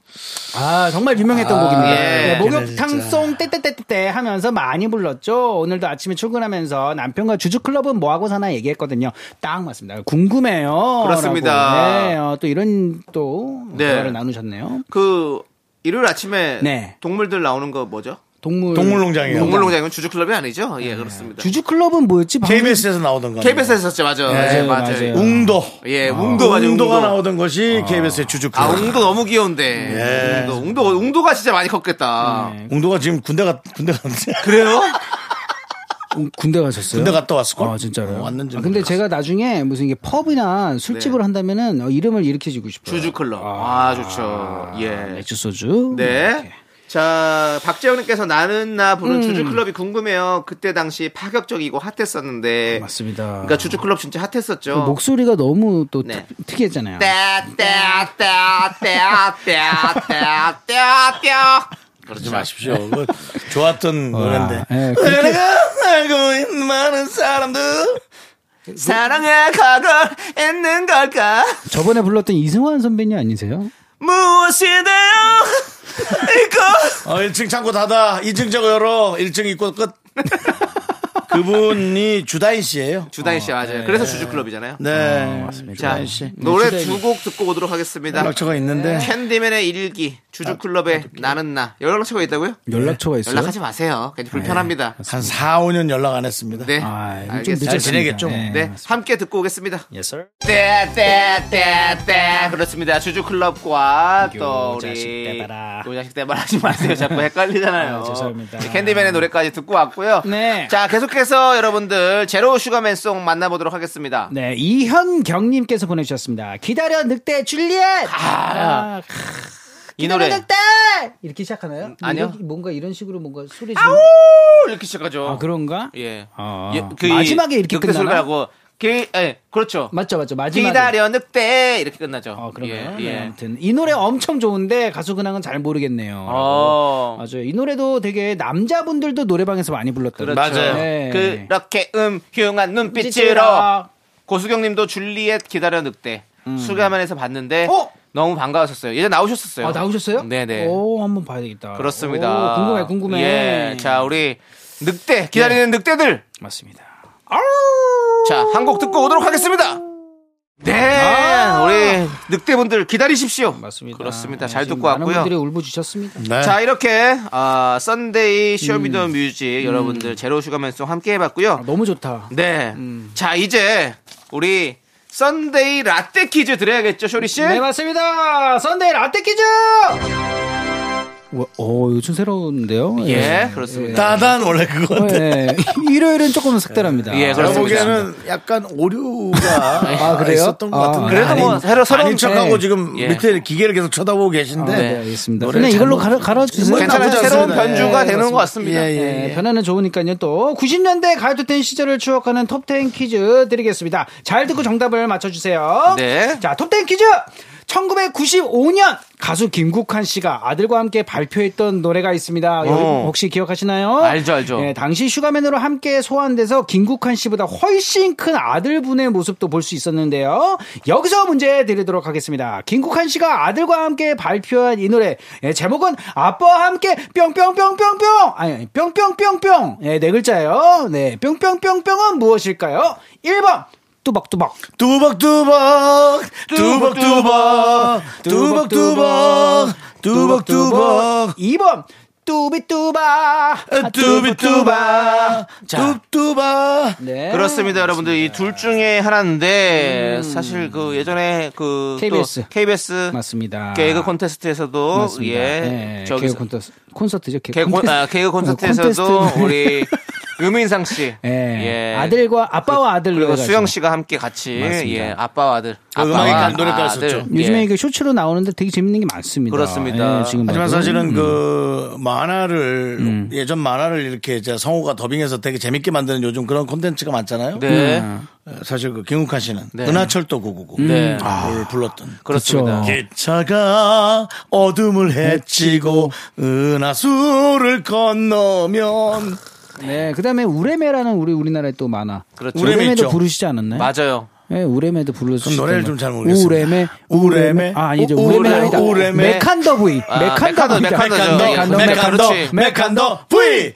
Speaker 7: 아 정말 유명했던 곡입니다.
Speaker 2: 예.
Speaker 7: 네, 목욕탕송 떼떼떼떼 하면서 많이 불렀죠. 오늘도 아침에 출근하면서 남편과 주주클럽은 뭐하고 사나 얘기했거든요. 딱 맞습니다. 궁금해요.
Speaker 2: 그렇습니다.
Speaker 7: 라고. 네, 어, 또 이런 또
Speaker 2: 네.
Speaker 7: 대화를 나누셨네요.
Speaker 2: 그 일요일 아침에
Speaker 7: 네.
Speaker 2: 동물들 나오는 거 뭐죠?
Speaker 7: 동물
Speaker 1: 동물농장이요.
Speaker 2: 동물농장은 주주클럽이 아니죠? 예, 그렇습니다.
Speaker 7: 네. 주주클럽은 뭐였지? 방금
Speaker 1: KBS에서 나오던 거.
Speaker 2: KBS에서 했었죠, 맞아.
Speaker 7: 네,
Speaker 2: 예, 맞아요.
Speaker 7: 맞아요.
Speaker 1: 웅도.
Speaker 2: 예, 웅도 맞아요.
Speaker 1: 웅도가
Speaker 2: 웅도.
Speaker 1: 나오던 것이 KBS의 주주.
Speaker 2: 아,
Speaker 7: 네.
Speaker 2: 웅도 너무 귀여운데. 웅도, 웅도, 웅도가 진짜 많이 컸겠다.
Speaker 7: 네.
Speaker 1: 웅도가 지금 군대 갔 군대 갔는데
Speaker 2: (laughs) 그래요?
Speaker 7: 음, 군대 가셨어요?
Speaker 1: 군대 갔다 왔을 걸.
Speaker 7: 아 진짜로요?
Speaker 1: 왔는지.
Speaker 7: 아, 근데
Speaker 1: 몰라.
Speaker 7: 제가 나중에 무슨 이게 펍이나 술집을
Speaker 2: 어, 네.
Speaker 7: 한다면은 어, 이름을 이렇게 지고 싶어요. 아,
Speaker 2: 주주클럽. 아, 좋죠. 예.
Speaker 7: 맥주 소주.
Speaker 2: 네. 자, 박재영님께서 나는 나
Speaker 7: 음.
Speaker 2: 부른 주주클럽이 궁금해요. 그때 당시 파격적이고 핫했었는데.
Speaker 7: 아, 네, 맞습니다. 뭐
Speaker 2: 그러니까 주주클럽 진짜 핫했었죠.
Speaker 7: 어. 목소리가 너무 또
Speaker 2: 네.
Speaker 7: 특, 특이했잖아요.
Speaker 2: 떼떼떼떼떼떼떼떼떼
Speaker 1: 그러지 마십시오. 그거 좋았던 노래인데.
Speaker 7: 예, 그렇게-
Speaker 1: 내가 알고 있는 많은 사람들.
Speaker 2: 사랑의 각을 있는 걸까?
Speaker 7: 저번에 불렀던 이승환 선배님 아니세요?
Speaker 2: 무엇이돼요? 이거
Speaker 1: 어, 1층 창고 닫아. 2층 저거 열어. 1층 입고
Speaker 2: (laughs)
Speaker 1: 끝. 그분이 주다인 씨예요.
Speaker 2: 주다인 씨 맞아요. 그래서 주주 클럽이잖아요.
Speaker 1: 네.
Speaker 2: 자
Speaker 1: 주다인 씨.
Speaker 2: 노래 두 곡 듣고 오도록 하겠습니다.
Speaker 1: 연락처가 있는데
Speaker 2: 네. 캔디맨의 일기, 주주 클럽의 나는 나. 연락처가 있다고요?
Speaker 7: 연락처가 있어요.
Speaker 2: 네, 연락하지 마세요. 괜히 불편합니다.
Speaker 1: 한 4, 5년 연락 안 했습니다.
Speaker 2: 네,
Speaker 7: 아, 이거 좀
Speaker 2: 알겠습니다.
Speaker 1: 잘
Speaker 7: 늦었습니다.
Speaker 1: 지내겠죠?
Speaker 7: 네.
Speaker 2: 네, 함께 듣고 오겠습니다.
Speaker 7: Yes, sir.
Speaker 2: 떼떼떼떼 그렇습니다 주주 클럽과 또
Speaker 7: 요자식
Speaker 2: 우리
Speaker 7: 떼봐라.
Speaker 2: 노자식 대발 하지 마세요 자꾸 헷갈리잖아요
Speaker 7: 아, 죄송합니다.
Speaker 2: 캔디맨의 노래까지 듣고 왔고요
Speaker 7: 네.
Speaker 2: 자 계속해서 여러분들 제로 슈가맨송 만나보도록 하겠습니다
Speaker 7: 네, 이현경님께서 보내주셨습니다. 기다려 늑대 줄리엣. 아,
Speaker 2: 이 노래 음,
Speaker 7: 늑대 이렇게 시작하나요?
Speaker 2: 아니요.
Speaker 7: 이렇게 뭔가 이런 식으로 뭔가 소리. 지르-
Speaker 2: 오 이렇게 시작하죠
Speaker 7: 아 그런가?
Speaker 2: 예.
Speaker 7: 아.
Speaker 2: 예,
Speaker 7: 마지막에 이렇게
Speaker 2: 늑대
Speaker 7: 끝나나?
Speaker 2: 소리하고 기, 예, 그렇죠
Speaker 7: 맞죠, 맞죠. 마지막에.
Speaker 2: 기다려 늑대 이렇게 끝나죠
Speaker 7: 어, 그런가요?
Speaker 2: 예, 예.
Speaker 7: 네, 아무튼 이 노래 엄청 좋은데 가수 근황은 잘 모르겠네요.
Speaker 2: 어.
Speaker 7: 맞아요. 이 노래도 되게 남자분들도 노래방에서 많이 불렀던
Speaker 2: 그렇죠.
Speaker 1: 맞아요.
Speaker 7: 네.
Speaker 2: 그렇게 음흉한 눈빛으로 고수경님도 줄리엣 기다려 늑대 수감안에서 봤는데
Speaker 7: 어?
Speaker 2: 너무 반가웠었어요. 예전 나오셨었어요.
Speaker 7: 아, 나오셨어요?
Speaker 2: 네네.
Speaker 7: 오, 한번 봐야겠다.
Speaker 2: 그렇습니다.
Speaker 7: 오, 궁금해, 궁금해. 네.
Speaker 2: 예, 자 우리 늑대 기다리는 늑대들.
Speaker 7: 맞습니다.
Speaker 2: 자 한 곡 듣고 오도록 하겠습니다. 네, 우리 늑대분들 기다리십시오.
Speaker 7: 아. 맞습니다.
Speaker 2: 그렇습니다.
Speaker 7: 네,
Speaker 2: 잘
Speaker 7: 지금
Speaker 2: 듣고
Speaker 7: 많은
Speaker 2: 왔고요.
Speaker 7: 분들이 울부짖으셨습니다.
Speaker 1: 네.
Speaker 2: 자 이렇게 아 썬데이
Speaker 7: 음.
Speaker 2: 쇼미더뮤직 여러분들 제로 슈가맨송 함께 해봤고요.
Speaker 7: 아, 너무 좋다.
Speaker 2: 네. 자, 이제 네. 우리 썬데이 라떼 퀴즈 드려야겠죠, 쇼리씨?
Speaker 7: 네 맞습니다. 선데이 라떼 퀴즈. 오 요즘 새로운데요.
Speaker 2: 예, 그렇습니다.
Speaker 1: 따단 원래 그거
Speaker 2: 네.
Speaker 1: 같아.
Speaker 7: 예. 일요일은 조금 색다릅니다.
Speaker 2: 예,
Speaker 1: 제가
Speaker 2: 그렇습니다.
Speaker 1: 보기에는 약간 오류가
Speaker 7: 아, 그래요?
Speaker 1: 있었던 것
Speaker 7: 아.
Speaker 1: 같은데.
Speaker 2: 그래도 뭐
Speaker 1: 아닌-
Speaker 2: 새로- 새로운
Speaker 1: 아닌 척하고
Speaker 7: 네.
Speaker 1: 지금
Speaker 2: 예.
Speaker 1: 밑에 기계를 계속 쳐다보고 계신데.
Speaker 2: 아, 네.
Speaker 7: 알겠습니다.
Speaker 1: 노래를
Speaker 7: 그냥 이걸로
Speaker 1: 잘못-
Speaker 7: 갈아, 갈아주세요. 네.
Speaker 1: 뭐
Speaker 2: 괜찮아요.
Speaker 1: 나쁘지
Speaker 2: 새로운
Speaker 1: 않습니다.
Speaker 2: 변주가
Speaker 1: 예,
Speaker 2: 되는 것 같습니다. 네.
Speaker 1: 예, 예.
Speaker 7: 예, 변화는 좋으니까요. 또 90년대 가요톱텐 시절을 추억하는 톱텐 퀴즈 드리겠습니다. 잘 듣고 정답을 맞춰주세요.
Speaker 2: 네.
Speaker 7: 자, 톱텐 퀴즈! 1995년 가수 김국환 씨가 아들과 함께 발표했던 노래가 있습니다. 여기
Speaker 1: 어.
Speaker 7: 혹시 기억하시나요?
Speaker 2: 알죠, 알죠.
Speaker 7: 예, 당시 슈가맨으로 함께 소환돼서 김국환 씨보다 훨씬 큰 아들분의 모습도 볼 수 있었는데요. 여기서 문제 드리도록 하겠습니다. 김국환 씨가 아들과 함께 발표한 이 노래 예, 제목은 아빠와 함께 뿅뿅뿅뿅뿅 아니 아니, 뿅뿅뿅뿅 예, 네 글자예요. 네 뿅뿅뿅뿅은 무엇일까요? 1번 뚜벅뚜벅
Speaker 1: 두벅두벅, 두벅두벅, 두벅두벅, 두벅두벅, 아,
Speaker 7: 2번 뚜비뚜바
Speaker 1: 뚜비뚜바,
Speaker 7: 자.
Speaker 1: 뚜뚜바.
Speaker 7: 네.
Speaker 2: 그렇습니다, 여러분들. 이 둘 중에
Speaker 7: 음.
Speaker 2: 하나인데, 사실 그 예전에 그. 또
Speaker 7: KBS.
Speaker 2: KBS.
Speaker 7: 맞습니다.
Speaker 2: 개그 콘테스트에서도.
Speaker 7: 맞습니다.
Speaker 2: 예.
Speaker 7: 예,
Speaker 2: 저기.
Speaker 7: 개그 콘테스트 콘서트죠. 개그,
Speaker 2: 개그, 콘- 아, 개그 콘서트에서도
Speaker 7: 콘테스트.
Speaker 2: 우리 (laughs) 유민상 씨.
Speaker 7: 예. 아들과 아빠와 아들
Speaker 2: 그리고
Speaker 7: 노래가
Speaker 2: 수영
Speaker 7: 있어요.
Speaker 2: 씨가 함께 같이
Speaker 7: 맞습니다.
Speaker 2: 예 아빠와 아들
Speaker 1: 음악이
Speaker 2: 아빠와
Speaker 1: 간 노래가 있었죠.
Speaker 7: 요즘에
Speaker 2: 예.
Speaker 7: 이게 쇼츠로 나오는데 되게 재밌는 게 많습니다.
Speaker 2: 그렇습니다.
Speaker 7: 지금
Speaker 1: 하지만
Speaker 7: 봐도.
Speaker 1: 사실은
Speaker 7: 음.
Speaker 1: 그 만화를
Speaker 2: 음.
Speaker 1: 예전 만화를 이렇게 이제 성우가 더빙해서 되게 재밌게 만드는 요즘 그런 콘텐츠가 많잖아요.
Speaker 2: 네
Speaker 7: 음.
Speaker 1: 사실 그 김국환 씨는
Speaker 2: 네.
Speaker 1: 은하철도 999를
Speaker 2: 네.
Speaker 1: 불렀던
Speaker 2: 그렇습니다.
Speaker 7: 그쵸.
Speaker 1: 기차가 어둠을 헤치고 은하수를 건너면
Speaker 7: 네, 그다음에 우레메라는 우리 우리나라의 또 만화.
Speaker 2: 그렇죠.
Speaker 7: 우레메도
Speaker 1: 우레메 있죠.
Speaker 7: 부르시지 않았나요?
Speaker 2: 맞아요.
Speaker 7: 예, 우레메도 불렀어요.
Speaker 1: 그럼 노래를 좀잘 모르겠습니다.
Speaker 7: 우레메,
Speaker 1: 우레메,
Speaker 7: 아, 아니죠.
Speaker 1: 우-
Speaker 7: 우레메
Speaker 2: 우레-
Speaker 7: 아니다.
Speaker 1: 우레메.
Speaker 7: 메칸더 부이.
Speaker 2: 아,
Speaker 7: 메칸더
Speaker 2: 메칸더,
Speaker 7: 부이.
Speaker 2: 메칸더죠.
Speaker 1: 메칸더
Speaker 2: 메칸더,
Speaker 1: 메칸더
Speaker 2: 그렇지.
Speaker 1: 메칸더 V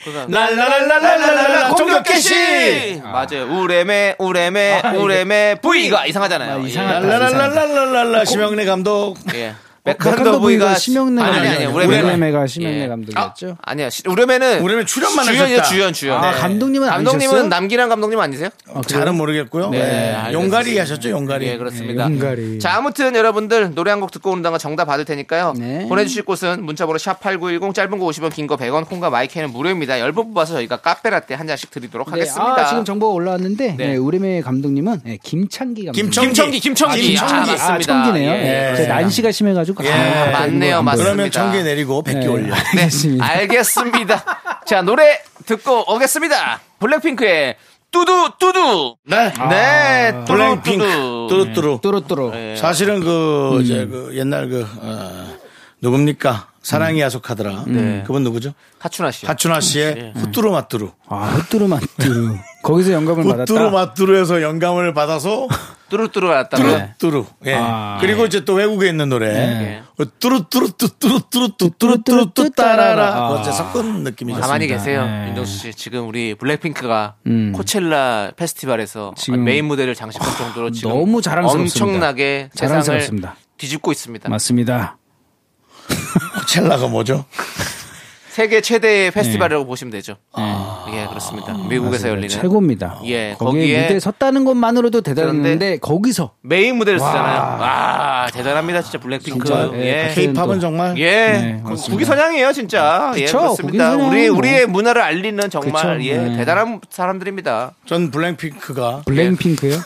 Speaker 1: 랄랄랄랄랄랄라 공격 개시
Speaker 2: 아, 어, 맞아요. 우레메 우레메 우레메 부이가 이상하잖아요.
Speaker 7: 아,
Speaker 2: 예.
Speaker 7: 이상하다.
Speaker 2: 아,
Speaker 1: 랄랄랄랄랄랄라 심형래 감독
Speaker 2: 예.
Speaker 7: 메칸더
Speaker 2: 백한더
Speaker 7: 부이가
Speaker 2: 부이가
Speaker 7: 심형래
Speaker 2: 아니 아니
Speaker 7: 감독이었죠.
Speaker 2: 우레메
Speaker 7: 우레메가 심형래
Speaker 2: 예.
Speaker 7: 감독이었죠.
Speaker 2: 아, 아니야 시- 우레메는
Speaker 1: 우레메 출연만
Speaker 2: 주연이요
Speaker 1: 하셨다.
Speaker 2: 주연 주연.
Speaker 7: 아,
Speaker 2: 네.
Speaker 7: 감독님은 아니셨어요? 어,
Speaker 2: 감독님은 남기란 감독님 아니세요?
Speaker 1: 잘은 모르겠고요. 네.
Speaker 2: 알겠습니다.
Speaker 1: 용가리 하셨죠 용가리.
Speaker 2: 예 그렇습니다.
Speaker 7: 용가리.
Speaker 2: 자 아무튼 여러분들 노래 한 곡 듣고 오는 동안 정답 받을 테니까요.
Speaker 7: 네.
Speaker 2: 보내주실 곳은 문자번호 샵 #8910 짧은 거 50원, 긴 거 100원, 콩과 마이크는 무료입니다. 열번 뽑아서 저희가 카페라떼 한 잔씩 드리도록
Speaker 7: 네,
Speaker 2: 하겠습니다.
Speaker 7: 아, 지금 정보가 올라왔는데
Speaker 2: 네.
Speaker 7: 네, 우레메 감독님은 네, 김창기 감독.
Speaker 1: 김청-
Speaker 2: 김청기 김청기
Speaker 1: 김청기.
Speaker 2: 아,
Speaker 7: 아,
Speaker 2: 맞습니다.
Speaker 7: 청기네요.
Speaker 2: 예.
Speaker 7: 예. 제가 난시가 심해가지고.
Speaker 1: 예.
Speaker 7: 아,
Speaker 2: 맞네요,
Speaker 7: 이거
Speaker 2: 맞습니다.
Speaker 1: 그러면 청개 내리고 백개
Speaker 7: 네.
Speaker 1: 올려.
Speaker 2: 네,
Speaker 7: 알겠습니다.
Speaker 2: 알겠습니다. (laughs) 자 노래 듣고 오겠습니다. 블랙핑크의 뚜두 뚜두.
Speaker 1: 네.
Speaker 2: 네, 뚜두,
Speaker 1: 블랙핑크
Speaker 2: 뚜두.
Speaker 1: 뚜루뚜루.
Speaker 7: 또로또로.
Speaker 2: 네.
Speaker 1: 사실은 그
Speaker 2: 음.
Speaker 1: 이제 그 옛날 그 어, 누굽니까
Speaker 2: 음.
Speaker 1: 사랑이 야속하더라.
Speaker 2: 네.
Speaker 1: 그분 누구죠?
Speaker 2: 하춘아 씨.
Speaker 1: 하춘아
Speaker 2: 네.
Speaker 1: 씨의 후뚜루
Speaker 2: 음.
Speaker 1: 마뚜루.
Speaker 7: 아, 헛뚜루만 뚜루. 거기서 영감을
Speaker 1: 후뚜루
Speaker 7: 받았다.
Speaker 1: 마뚜루에서 영감을 받아서
Speaker 2: 뚜루뚜루 왔다며.
Speaker 1: 뚜루뚜루. 예.
Speaker 7: 아.
Speaker 1: 그리고 이제 또 외국에 있는 노래.
Speaker 2: 예.
Speaker 1: 어, 뚜루뚜루 뚜뚜루뚜루 뚜뚜루뚜루 뚜따라라.
Speaker 7: 아.
Speaker 1: 그거 이제 섞은 느낌이죠.
Speaker 2: 가만히 계세요,
Speaker 7: 네.
Speaker 2: 윤정수 씨. 지금 우리 블랙핑크가
Speaker 7: 음.
Speaker 2: 코첼라 페스티벌에서
Speaker 7: 지금
Speaker 2: 메인 무대를 장식할 정도로 지금
Speaker 7: 너무 자랑스럽습니다.
Speaker 2: 엄청나게 세상을
Speaker 7: 자랑스럽습니다.
Speaker 2: 뒤집고 있습니다.
Speaker 7: 맞습니다.
Speaker 1: 첼라가 뭐죠?
Speaker 2: 세계
Speaker 7: 네.
Speaker 2: 최대의 페스티벌이라고 보시면 되죠. 예, 그렇습니다. 미국에서 열리는
Speaker 7: 최고입니다.
Speaker 2: 예,
Speaker 7: 어, 거기에
Speaker 2: 거기에-
Speaker 7: 무대에 섰다는 것만으로도 대단했는데
Speaker 2: 그런데-
Speaker 7: 거기서
Speaker 2: 메인 무대를 쓰잖아요. 와, 대단합니다, 진짜 블랙핑크.
Speaker 7: 진짜요?
Speaker 2: 예.
Speaker 7: 예.
Speaker 1: 케이팝은 정말
Speaker 2: 예,
Speaker 7: 네,
Speaker 2: 그
Speaker 7: 맞습니다.
Speaker 2: 국위 선양이에요, 진짜. 예,
Speaker 7: 그쵸,
Speaker 2: 그렇습니다.
Speaker 7: 국위
Speaker 2: 우리
Speaker 7: 선양이고.
Speaker 2: 우리의 문화를 알리는 정말
Speaker 7: 그쵸,
Speaker 2: 예,
Speaker 7: 네.
Speaker 2: 대단한 사람들입니다.
Speaker 1: 전 블랙핑크가
Speaker 7: 예. 블랙핑크요?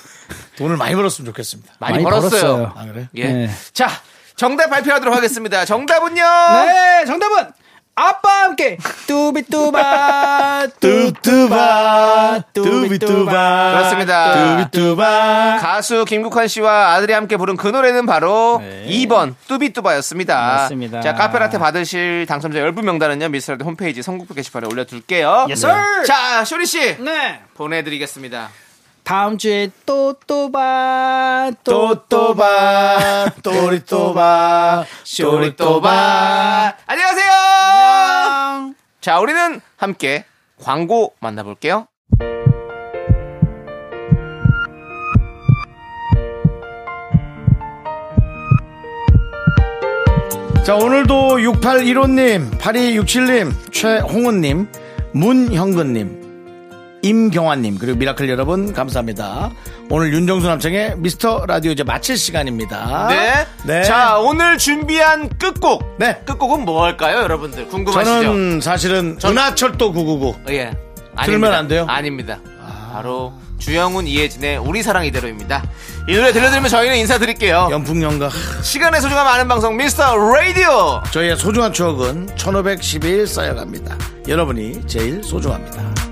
Speaker 1: 돈을 많이 벌었으면 좋겠습니다.
Speaker 2: 많이,
Speaker 7: 많이
Speaker 2: 벌었어요.
Speaker 7: 벌었어요.
Speaker 1: 아 그래?
Speaker 2: 예.
Speaker 7: 네.
Speaker 2: 자, 정답 발표하도록 하겠습니다. 정답은요.
Speaker 7: (laughs) 네, 정답은 아빠 함께 (laughs) 뚜비뚜바
Speaker 1: 뚜뚜바 뚜비뚜바
Speaker 2: 그렇습니다.
Speaker 1: 뚜비뚜바
Speaker 2: 가수 김국환 씨와 아들이 함께 부른 그 노래는 바로 2번 뚜비뚜바였습니다.
Speaker 7: 맞습니다.
Speaker 2: 자, 카페라테 받으실 당첨자 10분 명단은요. 미스터라디 홈페이지 선곡표 게시판에 올려둘게요. 네.
Speaker 7: Yes, sir.
Speaker 2: 자, 쇼리 씨
Speaker 7: 네.
Speaker 2: 보내드리겠습니다.
Speaker 7: 다음 주에 또또바
Speaker 1: 또또바 또리또바
Speaker 2: 쇼리또바 안녕하세요.
Speaker 1: 아!
Speaker 7: 안녕.
Speaker 2: 자, 우리는 함께 광고 만나볼게요.
Speaker 1: 자 오늘도 6815님 8267님 최홍은님 문형근님 임경환님 그리고 미라클 여러분 감사합니다. 오늘 윤정수 남창의 미스터 라디오 이제 마칠 시간입니다.
Speaker 2: 네.
Speaker 1: 네.
Speaker 2: 자, 오늘 준비한 끝곡.
Speaker 1: 네.
Speaker 2: 끝곡은 뭘까요, 여러분들? 궁금하시죠?
Speaker 1: 저는 사실은 은하철도 999
Speaker 2: 예.
Speaker 1: 들으면
Speaker 2: 아닙니다.
Speaker 1: 안 돼요?
Speaker 2: 아닙니다. 바로 주영훈 이예진의 우리 사랑 이대로입니다. 이 노래 들려드리면 저희는 인사드릴게요.
Speaker 1: 연풍연가
Speaker 2: 시간의 소중함 아는 방송 미스터 라디오.
Speaker 1: 저희의 소중한 추억은 1511 쌓여갑니다. 여러분이 제일 소중합니다.